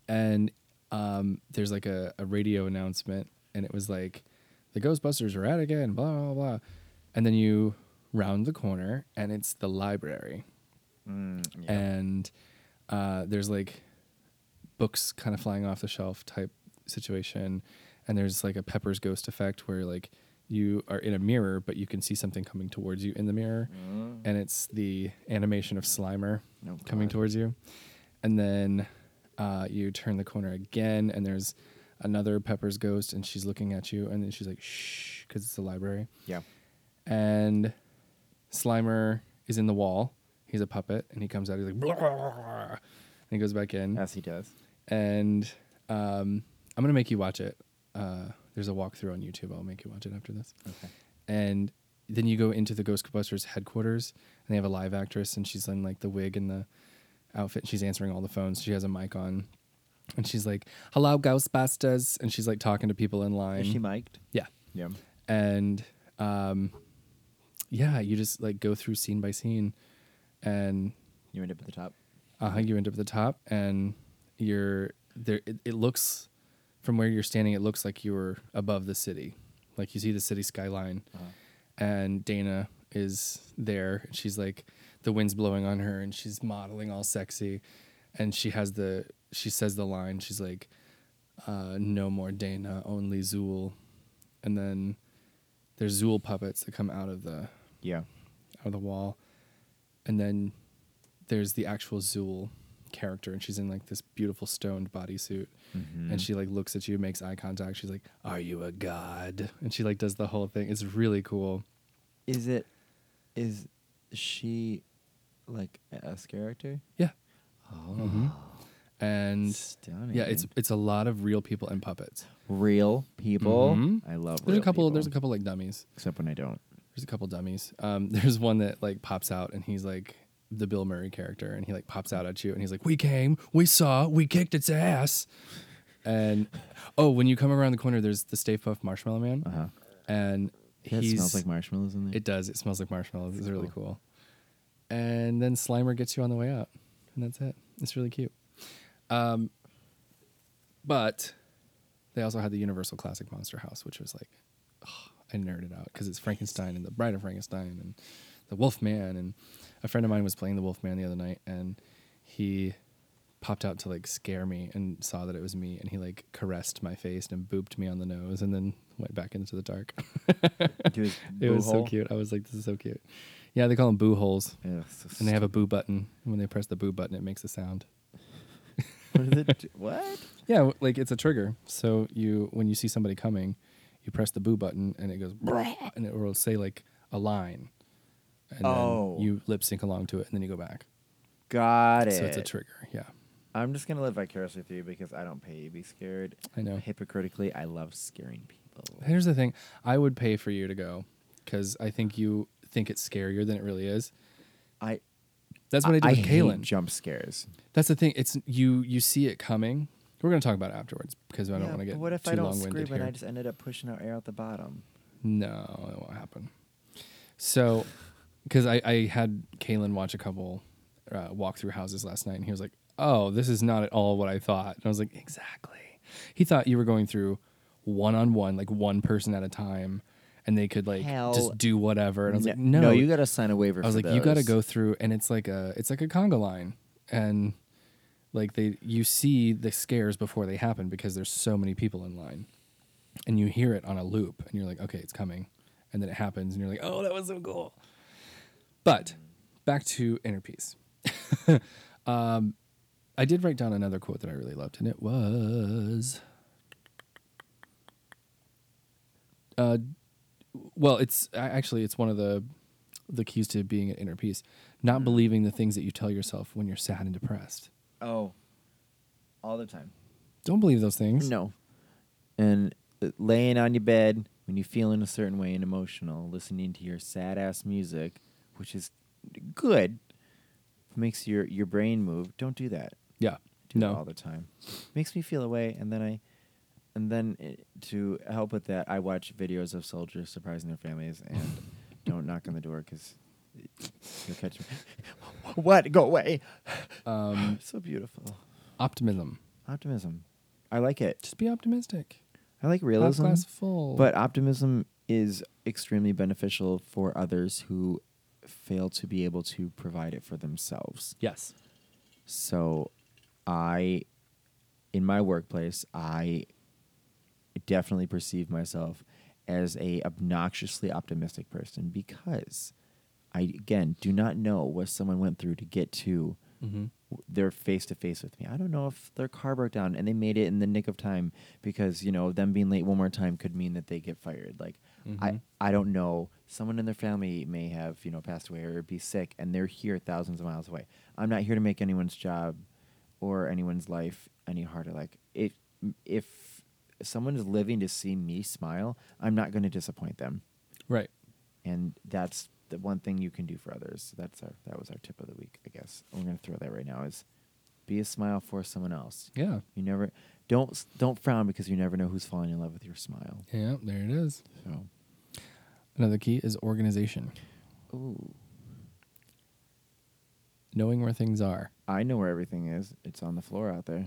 Speaker 1: and um, there's like a, a radio announcement and it was like the Ghostbusters are at again, blah blah blah, and then you round the corner and it's the library
Speaker 2: Mm, yeah.
Speaker 1: and uh, there's like books kind of flying off the shelf type situation and there's like a pepper's ghost effect where like you are in a mirror but you can see something coming towards you in the mirror
Speaker 2: Mm.
Speaker 1: and it's the animation of slimer
Speaker 2: Oh,
Speaker 1: coming
Speaker 2: God.
Speaker 1: towards you and then uh, you turn the corner again and there's another pepper's ghost and she's looking at you and then she's like shh because it's the library
Speaker 2: yeah.
Speaker 1: and Slimer is in the wall. He's a puppet, and he comes out. He's like, "Blah," and he goes back in.
Speaker 2: As he does.
Speaker 1: And um, I'm gonna make you watch it. Uh, there's a walkthrough on YouTube. I'll make you watch it after this.
Speaker 2: Okay.
Speaker 1: And then you go into the Ghostbusters headquarters, and they have a live actress, and she's in like the wig and the outfit. She's answering all the phones. She has a mic on, and she's like, "Hello, Ghostbusters," and she's like talking to people in line.
Speaker 2: Is she mic'd?
Speaker 1: yeah
Speaker 2: Yeah.
Speaker 1: and um, yeah, you just like go through scene by scene, and
Speaker 2: You end up at the top.
Speaker 1: uh, you end up at the top, and you're there. It, it looks from where you're standing, it looks like you were above the city, like you see the city skyline,
Speaker 2: Uh-huh.
Speaker 1: and Dana is there, and she's like the wind's blowing on her, and she's modeling all sexy, and she has the she says the line, she's like, uh, "No more Dana, only Zool," and then there's Zool puppets that come out of the
Speaker 2: Yeah.
Speaker 1: out of the wall. And then there's the actual Zool character, and she's in like this beautiful stoned bodysuit. And she like looks at you, makes eye contact. She's like, Are you a god? And she like does the whole thing. It's really cool.
Speaker 2: Is it? Is she like a S character?
Speaker 1: Yeah.
Speaker 2: Oh,
Speaker 1: And
Speaker 2: stunning!
Speaker 1: Mm-hmm. yeah, it's it's a lot of real people and puppets.
Speaker 2: real people.
Speaker 1: Mhm.
Speaker 2: I love.
Speaker 1: There's
Speaker 2: real
Speaker 1: a couple
Speaker 2: people.
Speaker 1: there's a couple like dummies.
Speaker 2: Except when I don't.
Speaker 1: There's a couple dummies. Um, there's one that like pops out and he's like the Bill Murray character and he like pops out at you and he's like, We came, we saw, we kicked its ass. And oh, when you come around the corner, there's the Stay Puft Marshmallow Man.
Speaker 2: Uh huh.
Speaker 1: And
Speaker 2: It
Speaker 1: he's,
Speaker 2: smells like marshmallows in there.
Speaker 1: it does. It smells like marshmallows. It's really cool. And then Slimer gets you on the way out. And that's it. It's really cute. Um, but they also had the Universal Classic Monster House, which was like, oh, I nerded out because it's Frankenstein and the Bride of Frankenstein and the Wolfman. And a friend of mine was playing the Wolfman the other night and he popped out to like scare me and saw that it was me and he like caressed my face and booped me on the nose and then went back into the dark.
Speaker 2: Do his
Speaker 1: It
Speaker 2: boo
Speaker 1: was so
Speaker 2: hole.
Speaker 1: cute. I was like, this is so cute. Yeah, they call them boo holes.
Speaker 2: Ugh, so
Speaker 1: And they have a boo button. And when they press the boo button, it makes a sound.
Speaker 2: stupid. what? Is it? what?
Speaker 1: Yeah, w- like it's a trigger. So you, when you see somebody coming, you you press the boo button and it goes "Brah," and it will say like a line, and
Speaker 2: Oh.
Speaker 1: then you lip sync along to it, and then you go back.
Speaker 2: Got it.
Speaker 1: So it's a trigger. Yeah,
Speaker 2: I'm just gonna live vicariously through you because I don't pay you to be scared.
Speaker 1: I know.
Speaker 2: Hypocritically, I love scaring people.
Speaker 1: Here's the thing: I would pay for you to go because I think you think it's scarier than it really is.
Speaker 2: I
Speaker 1: That's what I,
Speaker 2: I
Speaker 1: did with
Speaker 2: hate
Speaker 1: Kalen.
Speaker 2: jump scares.
Speaker 1: That's the thing. It's you. You see it coming. We're gonna talk about it afterwards because I don't
Speaker 2: Yeah,
Speaker 1: want to
Speaker 2: but
Speaker 1: get
Speaker 2: What if
Speaker 1: too
Speaker 2: I don't
Speaker 1: long-winded
Speaker 2: scream and
Speaker 1: here.
Speaker 2: I just ended up pushing out air at the bottom?
Speaker 1: No, it won't happen. So, because I, I had Kalen watch a couple uh, walk through houses last night, and he was like, "Oh, this is not at all what I thought." And I was like, "Exactly." He thought you were going through one on one, like one person at a time, and they could like
Speaker 2: Hell
Speaker 1: just do whatever. And I was like,
Speaker 2: no,
Speaker 1: "No,
Speaker 2: you gotta sign a waiver.
Speaker 1: I was
Speaker 2: for
Speaker 1: like, "You got to
Speaker 2: those.
Speaker 1: go through," and it's like a it's like a conga line, and like they you see the scares before they happen because there's so many people in line, and you hear it on a loop, and you're like, "Okay, it's coming," and then it happens, and you're like, "Oh, that was so cool." But back to inner peace. um, I did write down another quote that I really loved, and it was. Uh, well, it's a- actually it's one of the the keys to being at inner peace.
Speaker 2: Mm.
Speaker 1: Not believing the things that you tell yourself when you're sad and depressed.
Speaker 2: Oh, all the time.
Speaker 1: Don't believe those things.
Speaker 2: No. And uh, laying on your bed when you feeling a certain way and emotional, listening to your sad ass music, which is good, makes your your brain move. Don't do that.
Speaker 1: Yeah.
Speaker 2: do it all
Speaker 1: No.
Speaker 2: the time. Makes me feel away, and then I, and then it, to help with that, I watch videos of soldiers surprising their families, and don't knock on the door because you'll catch me. what? Go away!
Speaker 1: Um,
Speaker 2: so beautiful.
Speaker 1: optimism.
Speaker 2: Optimism. I like it.
Speaker 1: Just be optimistic.
Speaker 2: I like
Speaker 1: Half
Speaker 2: realism,
Speaker 1: glass full.
Speaker 2: but optimism is extremely beneficial for others who fail to be able to provide it for themselves.
Speaker 1: yes.
Speaker 2: So I in my workplace, I definitely perceive myself as a obnoxiously optimistic person because I again do not know what someone went through to get to
Speaker 1: Mm-hmm.
Speaker 2: they're face to face with me. I don't know if their car broke down and they made it in the nick of time because you know them being late one more time could mean that they get fired. Like I
Speaker 1: Mhm.
Speaker 2: I don't know. Someone in their family may have you know passed away or be sick and they're here thousands of miles away. I'm not here to make anyone's job or anyone's life any harder. Like if if someone is living to see me smile, I'm not going to disappoint them.
Speaker 1: Right.
Speaker 2: And that's the one thing you can do for others. That's our that was our tip of the week, I guess. We're gonna throw that right now is be a smile for someone else.
Speaker 1: Yeah.
Speaker 2: You never don't don't frown because you never know who's falling in love with your smile.
Speaker 1: Yeah. There it is.
Speaker 2: So
Speaker 1: Another key is organization.
Speaker 2: Ooh.
Speaker 1: Knowing where things are.
Speaker 2: I know where everything is. It's on the floor out there.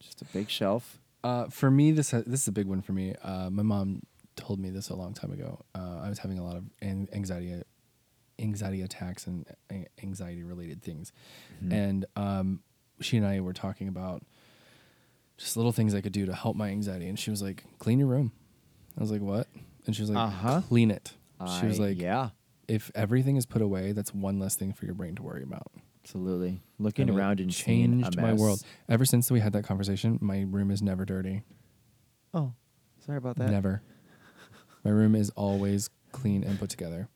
Speaker 2: Just a big shelf.
Speaker 1: Uh, for me, this ha- this is a big one for me. Uh, my mom told me this a long time ago. Uh, I was having a lot of an- anxiety, anxiety attacks and anxiety related things,
Speaker 2: Mm-hmm.
Speaker 1: and um, she and I were talking about just little things I could do to help my anxiety. And she was like, "Clean your room." I was like, "What?" And she was like,
Speaker 2: Uh-huh.
Speaker 1: "Clean it." She was
Speaker 2: I-
Speaker 1: like,
Speaker 2: Yeah.
Speaker 1: "If everything is put away, that's one less thing for your brain to worry about."
Speaker 2: Absolutely.
Speaker 1: And
Speaker 2: Looking
Speaker 1: it
Speaker 2: around and seeing a
Speaker 1: changed my
Speaker 2: mess.
Speaker 1: world. Ever since we had that conversation, my room is never dirty.
Speaker 2: Oh. Sorry about that.
Speaker 1: Never. My room is always clean and put together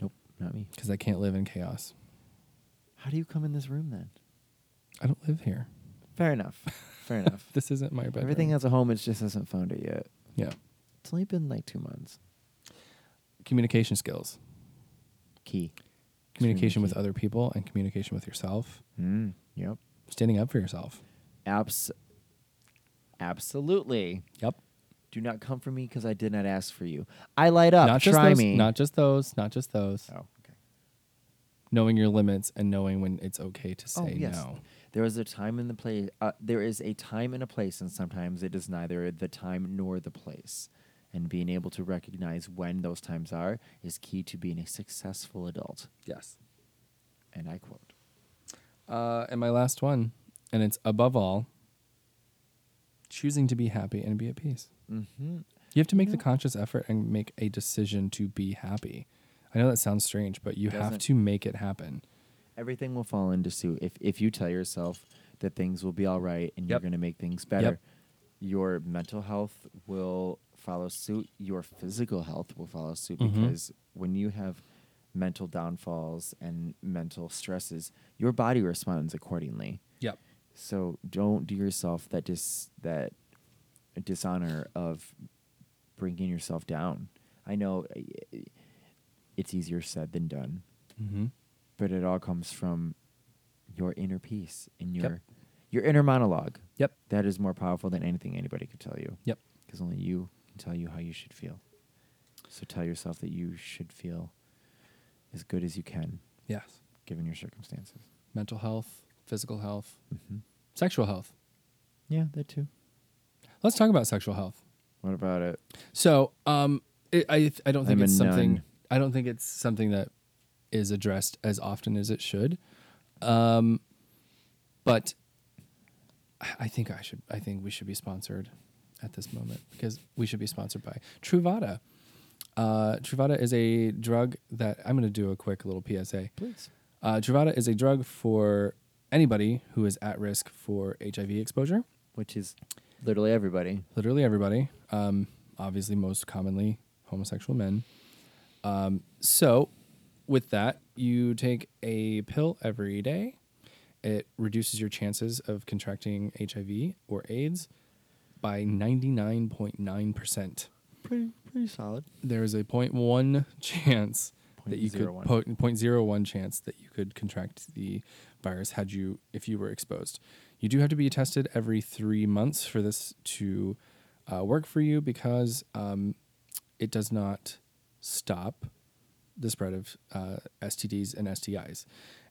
Speaker 2: Nope, not me.
Speaker 1: because I can't live in chaos.
Speaker 2: How do you come in this room then?
Speaker 1: I don't live here.
Speaker 2: Fair enough. Fair enough.
Speaker 1: This isn't my bedroom.
Speaker 2: Everything has a home. It just hasn't found it yet.
Speaker 1: Yeah.
Speaker 2: It's only been like two months.
Speaker 1: Communication skills.
Speaker 2: Key.
Speaker 1: Communication with
Speaker 2: Communicate.
Speaker 1: other people and communication with yourself.
Speaker 2: Mm, yep.
Speaker 1: Standing up for yourself.
Speaker 2: Abs- absolutely.
Speaker 1: Yep.
Speaker 2: Do not come for me because I did not ask for you. I light up.
Speaker 1: not just
Speaker 2: Try
Speaker 1: those.
Speaker 2: me.
Speaker 1: Not just those. Not just those.
Speaker 2: oh, okay.
Speaker 1: Knowing your limits and knowing when it's okay to say
Speaker 2: Oh, yes.
Speaker 1: no.
Speaker 2: There is a time in the place. Uh, there is a time and a place, and sometimes it is neither the time nor the place. And being able to recognize when those times are is key to being a successful adult.
Speaker 1: Yes.
Speaker 2: And I quote.
Speaker 1: Uh, and my last one, and it's above all, choosing to be happy and be at peace.
Speaker 2: Mm-hmm.
Speaker 1: You have to make the conscious effort and make a decision to be happy. I know that sounds strange, but you have
Speaker 2: Doesn't-
Speaker 1: to make it happen.
Speaker 2: everything will fall into suit if if you tell yourself that things will be all right and you're
Speaker 1: Yep.
Speaker 2: going to make things better your mental health will follow suit. Your physical health will follow suit
Speaker 1: Mhm.
Speaker 2: because when you have mental downfalls and mental stresses, your body responds accordingly.
Speaker 1: Yep.
Speaker 2: So don't do yourself that dis that dishonor of bringing yourself down. I know eh, eh, it's easier said than done,
Speaker 1: Mm-hmm.
Speaker 2: but it all comes from your inner peace and
Speaker 1: Yep.
Speaker 2: your your inner monologue.
Speaker 1: Yep.
Speaker 2: That is more powerful than anything anybody could tell you.
Speaker 1: Yep.
Speaker 2: Because only you can tell you how you should feel. So tell yourself that you should feel as good as you can
Speaker 1: Yes.
Speaker 2: given your circumstances.
Speaker 1: Mental health, physical health,
Speaker 2: Mm-hmm.
Speaker 1: sexual health.
Speaker 2: Yeah, that too.
Speaker 1: Let's talk about sexual health.
Speaker 2: What about it?
Speaker 1: So, um, it, I I don't think
Speaker 2: I'm a
Speaker 1: it's something.
Speaker 2: nun.
Speaker 1: I don't think it's something that is addressed as often as it should. Um, but I I think I should. I think we should be sponsored at this moment because we should be sponsored by Truvada. Uh, Truvada is a drug that I'm going to do a quick little PSA.
Speaker 2: Please.
Speaker 1: Uh, Truvada is a drug for anybody who is at risk for HIV exposure
Speaker 2: Which is literally everybody.
Speaker 1: literally everybody. Um, obviously, most commonly homosexual men. Um, so, with that, you take a pill every day. It reduces your chances of contracting HIV or AIDS by 99.9%.
Speaker 2: Pretty pretty solid.
Speaker 1: There is a 0.1 chance that you could
Speaker 2: 0.01.
Speaker 1: po- 0.01 chance that you could contract the virus had you if you were exposed. You do have to be tested every three months for this to uh, work for you because um, it does not stop the spread of uh, STDs and STIs.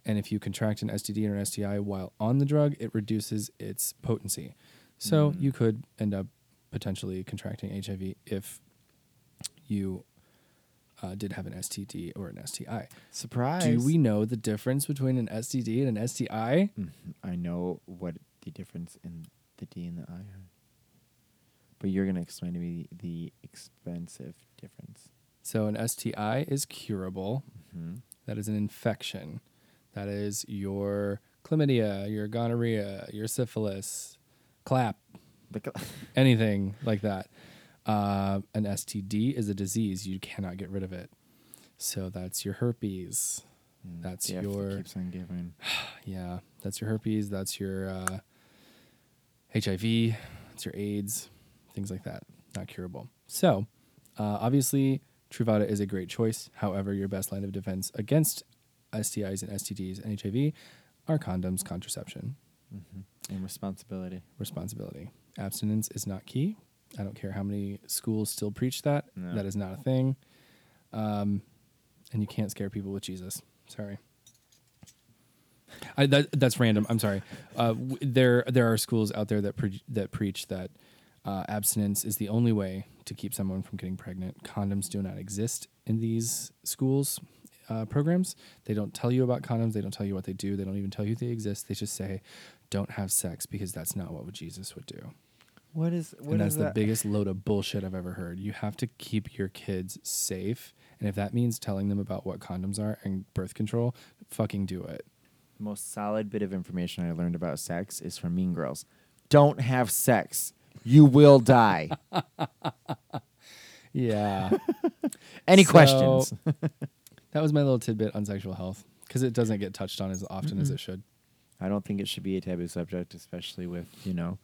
Speaker 1: And if you contract an STD or an STI while on the drug, it reduces its potency. So you could end up potentially contracting HIV if you uh, did have an STD or an STI.
Speaker 2: Surprise.
Speaker 1: Do we know the difference between an STD and an STI?
Speaker 2: Mm-hmm. I know what the difference in the D and the I are. But you're gonna explain to me the expensive difference.
Speaker 1: So an STI is curable.
Speaker 2: Mm-hmm.
Speaker 1: That is an infection. That is your chlamydia, your gonorrhea, your syphilis, clap, anything like that. Uh, an STD is a disease. You cannot get rid of it. So that's your herpes. That's your-
Speaker 2: keeps on giving.
Speaker 1: Yeah, that's your herpes. That's your uh, HIV. That's your AIDS. Things like that. Not curable. So, uh, obviously, Truvada is a great choice. However, your best line of defense against STIs and STDs and HIV are condoms, contraception,
Speaker 2: mm-hmm, And responsibility.
Speaker 1: responsibility. Abstinence is not key. I don't care how many schools still preach that.
Speaker 2: No.
Speaker 1: That is not a thing. Um, and you can't scare people with Jesus. Sorry. I, that, that's random. I'm sorry. Uh, w- there there are schools out there that pre- that preach that uh, abstinence is the only way to keep someone from getting pregnant. Condoms do not exist in these schools uh, programs. They don't tell you about condoms. They don't tell you what they do. They don't even tell you they exist. They just say, "Don't have sex," because that's not what Jesus would do.
Speaker 2: What is
Speaker 1: and
Speaker 2: what is
Speaker 1: that's the
Speaker 2: that?
Speaker 1: biggest load of bullshit I've ever heard. You have to keep your kids safe, and if that means telling them about what condoms are and birth control, fucking do it.
Speaker 2: most solid bit of information I learned about sex is from Mean Girls. Don't have sex. You will die.
Speaker 1: Yeah.
Speaker 2: Any
Speaker 1: So-
Speaker 2: questions?
Speaker 1: That was my little tidbit on sexual health because it doesn't get touched on as often as it should.
Speaker 2: I don't think it should be a taboo subject, especially with you know.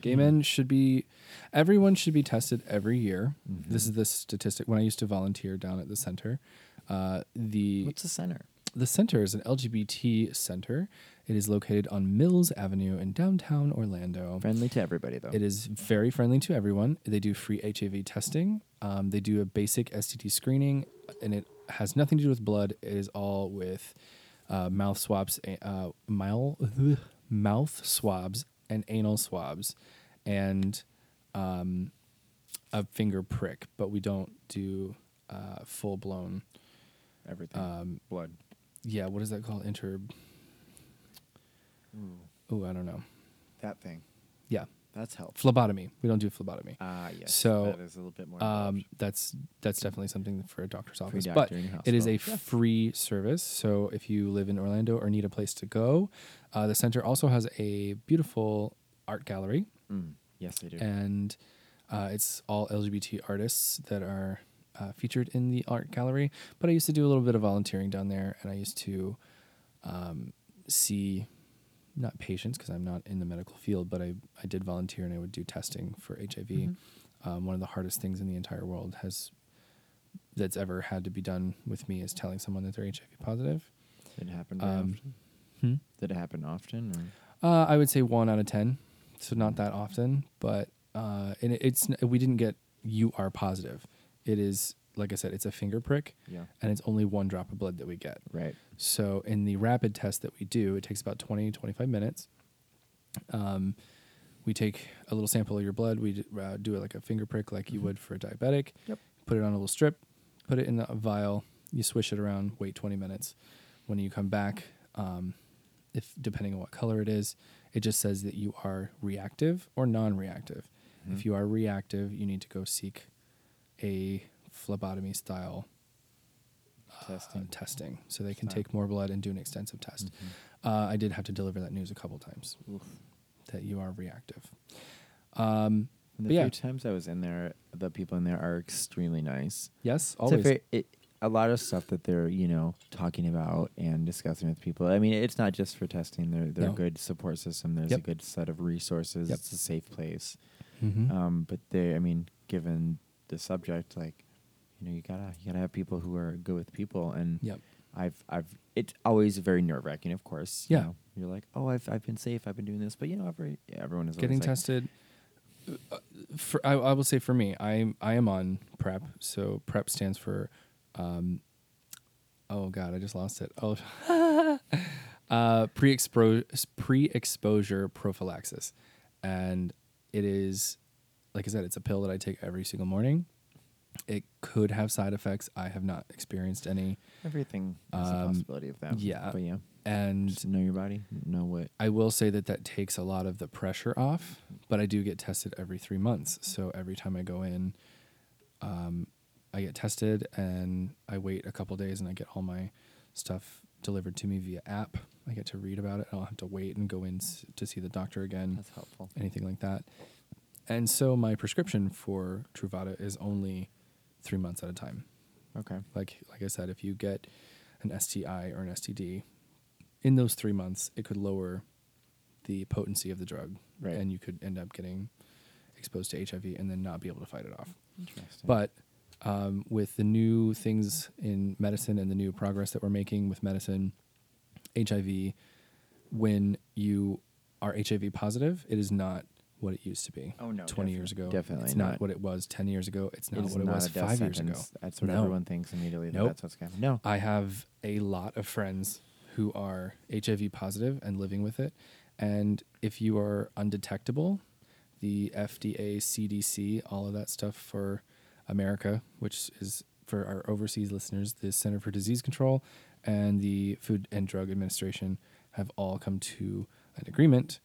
Speaker 1: Gay men should be, everyone should be tested every year.
Speaker 2: Mm-hmm.
Speaker 1: This is the statistic. When I used to volunteer down at the center, uh, the
Speaker 2: What's the center?
Speaker 1: the center is an LGBT center. It is located on Mills Avenue in downtown Orlando.
Speaker 2: Friendly to everybody though.
Speaker 1: It is very friendly to everyone. They do free HIV testing. Um, they do a basic STD screening, and it has nothing to do with blood. It is all with uh, mouth swabs, uh, mile, mouth swabs, and anal swabs, and um, a finger prick. But we don't do uh, full blown.
Speaker 2: Everything.
Speaker 1: um,
Speaker 2: Blood.
Speaker 1: Yeah, what is that called? Inter. Oh, I don't know.
Speaker 2: Mm. That thing.
Speaker 1: Yeah,
Speaker 2: That's helpful.
Speaker 1: phlebotomy. We don't do phlebotomy.
Speaker 2: Ah, yes.
Speaker 1: So,
Speaker 2: that is a little bit more.
Speaker 1: um, that's that's definitely something for a doctor's office.
Speaker 2: doctor
Speaker 1: but
Speaker 2: in your
Speaker 1: it is a
Speaker 2: hospital. Yeah.
Speaker 1: free service. So if you live in Orlando or need a place to go, uh, the center also has a beautiful art gallery
Speaker 2: Mm, yes, they do.
Speaker 1: and Uh, it's all LGBT artists that are uh, featured in the art gallery. But I used to do a little bit of volunteering down there, and I used to um, see not patients because I'm not in the medical field, but I, I did volunteer and I would do testing for HIV. Um, one of the hardest things in the entire world has that's ever had to be done with me is telling someone that they're HIV positive.
Speaker 2: Did it happen very
Speaker 1: Um,
Speaker 2: often? Did it happen often? Or?
Speaker 1: Uh, I would say one out of ten, so not that often. But uh, and it, it's we didn't get you are positive. It is like I said, it's a finger prick,
Speaker 2: Yeah.
Speaker 1: and it's only one drop of blood that we get.
Speaker 2: Right.
Speaker 1: So in the rapid test that we do, it takes about 20, 25 minutes. Um, we take a little sample of your blood. We d- uh, do it like a finger prick, like you would for a diabetic.
Speaker 2: Yep.
Speaker 1: Put it on a little strip, put it in the vial. You swish it around. Wait 20 minutes. When you come back, um, if depending on what color it is, it just says that you are reactive or non-reactive. If you are reactive, you need to go seek a phlebotomy style
Speaker 2: Testing.
Speaker 1: um, testing so they can
Speaker 2: Fine.
Speaker 1: take more blood and do an extensive test. Uh, I did have to deliver that news a couple times
Speaker 2: Mm-hmm. Oof.
Speaker 1: that you are reactive.
Speaker 2: And the
Speaker 1: But yeah.
Speaker 2: few times I was in there, the people in there are extremely nice.
Speaker 1: Yes,
Speaker 2: It's a
Speaker 1: always.
Speaker 2: fa- it- a lot of stuff that they're you know talking about and discussing with people. I mean, it's not just for testing. They're, they're
Speaker 1: No.
Speaker 2: a good support system. There's a
Speaker 1: Yep.
Speaker 2: good set of resources.
Speaker 1: Yep.
Speaker 2: It's a safe place.
Speaker 1: Mhm.
Speaker 2: Um, but they, I mean, given the subject, like you know, you gotta you gotta have people who are good with people. And
Speaker 1: Yep.
Speaker 2: I've I've it's always very nerve wracking, of course. you
Speaker 1: Yeah.
Speaker 2: know. you're like, oh, I've I've been safe. I've been doing this, but you know, every everyone is always
Speaker 1: Getting
Speaker 2: like,
Speaker 1: tested. uh, For, I, I will say for me, I I am on PrEP. So PrEP stands for, um, oh god, I just lost it. Oh, uh, pre-expo- pre-exposure prophylaxis, and it is, like I said, it's a pill that I take every single morning. It could have side effects. I have not experienced any.
Speaker 2: Everything is a
Speaker 1: Um,
Speaker 2: possibility of that.
Speaker 1: yeah.
Speaker 2: but yeah,
Speaker 1: And
Speaker 2: just know your body, know what.
Speaker 1: I will say that that takes a lot of the pressure off, but I do get tested every three months. So every time I go in, um, I get tested and I wait a couple days and I get all my stuff delivered to me via app. I get to read about it. I don't have to wait and go in s- to see the doctor again
Speaker 2: That's helpful.
Speaker 1: anything like that. And so my prescription for Truvada is only three months at a time.
Speaker 2: Okay.
Speaker 1: Like like I said, if you get an STI or an STD, in those three months, it could lower the potency of the drug,
Speaker 2: Right.
Speaker 1: and you could end up getting exposed to HIV and then not be able to fight it off.
Speaker 2: Interesting.
Speaker 1: But um, with the new things in medicine and the new progress that we're making with medicine, HIV, when you are HIV positive, it is not what it used to be.
Speaker 2: Oh, no,
Speaker 1: twenty years
Speaker 2: defi-
Speaker 1: ago,
Speaker 2: definitely
Speaker 1: it's not,
Speaker 2: not.
Speaker 1: what it was ten years ago. It's not
Speaker 2: is
Speaker 1: what it
Speaker 2: not
Speaker 1: was
Speaker 2: a death
Speaker 1: five years ago.
Speaker 2: sentence. That's what
Speaker 1: No.
Speaker 2: everyone thinks immediately. that
Speaker 1: Nope.
Speaker 2: That's what's going to happen. No.
Speaker 1: I have a lot of friends who are HIV positive and living with it. And if you are undetectable, the FDA, CDC, all of that stuff for America, which is for our overseas listeners, the Center for Disease Control and the Food and Drug Administration have all come to an agreement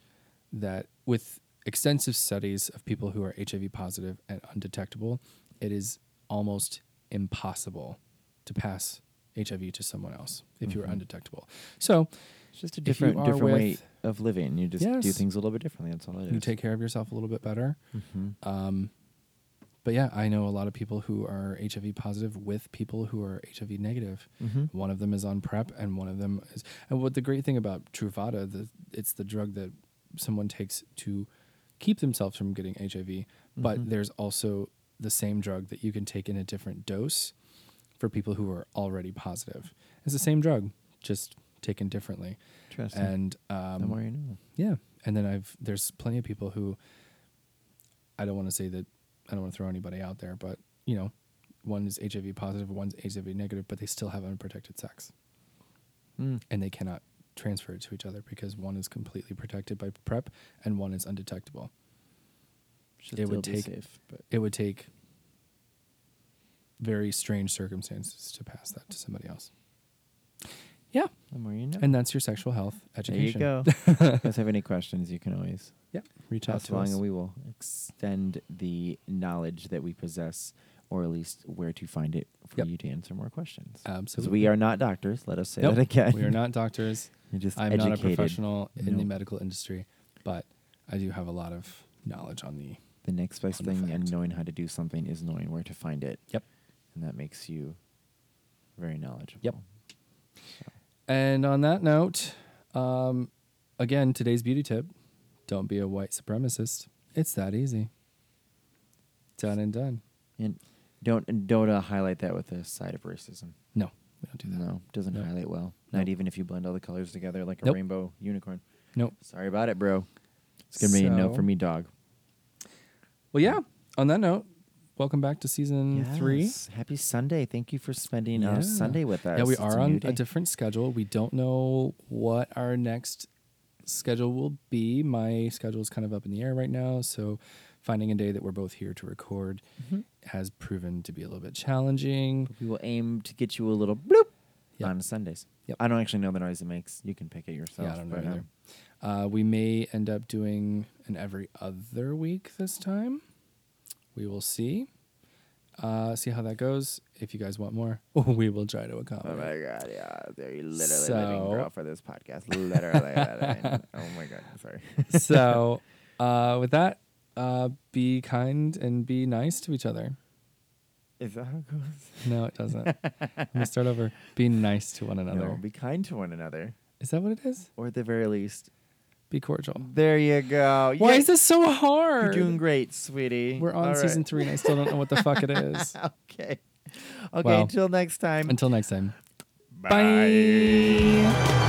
Speaker 1: that with extensive studies of people who are HIV positive and undetectable, it is almost impossible to pass HIV to someone else if you are undetectable. So
Speaker 2: It's just a
Speaker 1: if you
Speaker 2: different
Speaker 1: are
Speaker 2: different way
Speaker 1: with-
Speaker 2: of living. You just do
Speaker 1: Yes.
Speaker 2: things a little bit differently. That's all it is.
Speaker 1: you take care of yourself a little bit better.
Speaker 2: Mhm.
Speaker 1: Um, but yeah, I know a lot of people who are HIV positive with people who are HIV negative.
Speaker 2: Mhm.
Speaker 1: One of them is on PrEP, and one of them is. And what the great thing about Truvada, the, it's the drug that someone takes to keep themselves from getting HIV, but there's also the same drug that you can take in a different dose for people who are already positive. It's the same drug, just taken differently.
Speaker 2: Interesting.
Speaker 1: And
Speaker 2: the
Speaker 1: um,
Speaker 2: more you know.
Speaker 1: yeah, and then I've there's plenty of people who I don't want to say that I don't want to throw anybody out there, but you know, one is HIV positive, one's HIV negative, but they still have unprotected sex
Speaker 2: Mm.
Speaker 1: and they cannot transfer it to each other because one is completely protected by PrEP and one is undetectable.
Speaker 2: Should
Speaker 1: it would
Speaker 2: still be
Speaker 1: take-
Speaker 2: safe, but
Speaker 1: It would take very strange circumstances to pass that to somebody else. Yeah,
Speaker 2: the more you know.
Speaker 1: and that's your sexual health
Speaker 2: there you
Speaker 1: education.
Speaker 2: go. if you guys have any questions, you can always
Speaker 1: Yeah, reach out
Speaker 2: pass
Speaker 1: to
Speaker 2: along,
Speaker 1: us.
Speaker 2: and we will extend the knowledge that we possess, or at least where to find it for
Speaker 1: Yep.
Speaker 2: you to answer more questions. 'Cause
Speaker 1: Absolutely.
Speaker 2: we are not doctors. Let us say
Speaker 1: Nope,
Speaker 2: that again.
Speaker 1: We are not doctors.
Speaker 2: You're just
Speaker 1: I'm
Speaker 2: educated.
Speaker 1: not a professional in the
Speaker 2: Nope.
Speaker 1: medical industry, but I do have a lot of knowledge on the
Speaker 2: the next best
Speaker 1: Fun
Speaker 2: thing and
Speaker 1: fact.
Speaker 2: knowing how to do something is knowing where to find it.
Speaker 1: Yep.
Speaker 2: And that makes you very knowledgeable.
Speaker 1: And on that note, um, again, today's beauty tip don't be a white supremacist. It's that easy. Done and done.
Speaker 2: And don't and don't uh, highlight that with a side of racism.
Speaker 1: No, we don't do that.
Speaker 2: No, doesn't
Speaker 1: Nope.
Speaker 2: highlight well.
Speaker 1: Nope.
Speaker 2: Not even if you blend all the colors together like a
Speaker 1: Nope.
Speaker 2: rainbow unicorn.
Speaker 1: Nope.
Speaker 2: Sorry about it, bro. It's gonna be a no
Speaker 1: So-
Speaker 2: for me, dog.
Speaker 1: Well, yeah. On that note, welcome back to season mm, three.
Speaker 2: Yes. Happy Sunday. Thank you for spending uh,
Speaker 1: Yeah.
Speaker 2: Sunday with us.
Speaker 1: Yeah, we
Speaker 2: It's
Speaker 1: are
Speaker 2: a
Speaker 1: on
Speaker 2: new
Speaker 1: a
Speaker 2: day.
Speaker 1: different schedule. We don't know what our next schedule will be. My schedule is kind of up in the air right now, so finding a day that we're both here to record
Speaker 2: Mm-hmm.
Speaker 1: has proven to be a little bit challenging.
Speaker 2: We will aim to get you a little bloop
Speaker 1: Yep.
Speaker 2: on Sundays.
Speaker 1: Yep.
Speaker 2: I don't actually know the noise it makes. You can pick it yourself.
Speaker 1: Yeah, I don't know
Speaker 2: but, um,
Speaker 1: either. Uh, we may end up doing an every other week this time. We will see. Uh, see how that goes. If you guys want more, we will try to
Speaker 2: Oh
Speaker 1: accommodate.
Speaker 2: my god, yeah. They're literally
Speaker 1: So-
Speaker 2: living girl for this podcast. Literally. living. oh my god. Sorry.
Speaker 1: so uh, with that uh, be kind and be nice to each other
Speaker 2: Is that how it goes?
Speaker 1: no it doesn't let me start over be nice to one another
Speaker 2: No, be kind to one another.
Speaker 1: is that what it is
Speaker 2: Or at the very least.
Speaker 1: be cordial
Speaker 2: There you go.
Speaker 1: why
Speaker 2: Yay.
Speaker 1: is this so hard
Speaker 2: You're doing great, sweetie.
Speaker 1: we're on
Speaker 2: All right.
Speaker 1: season three and i still don't know what the fuck it is
Speaker 2: Okay. Okay,
Speaker 1: Well,
Speaker 2: until next time.
Speaker 1: until next time
Speaker 2: Bye.
Speaker 1: bye.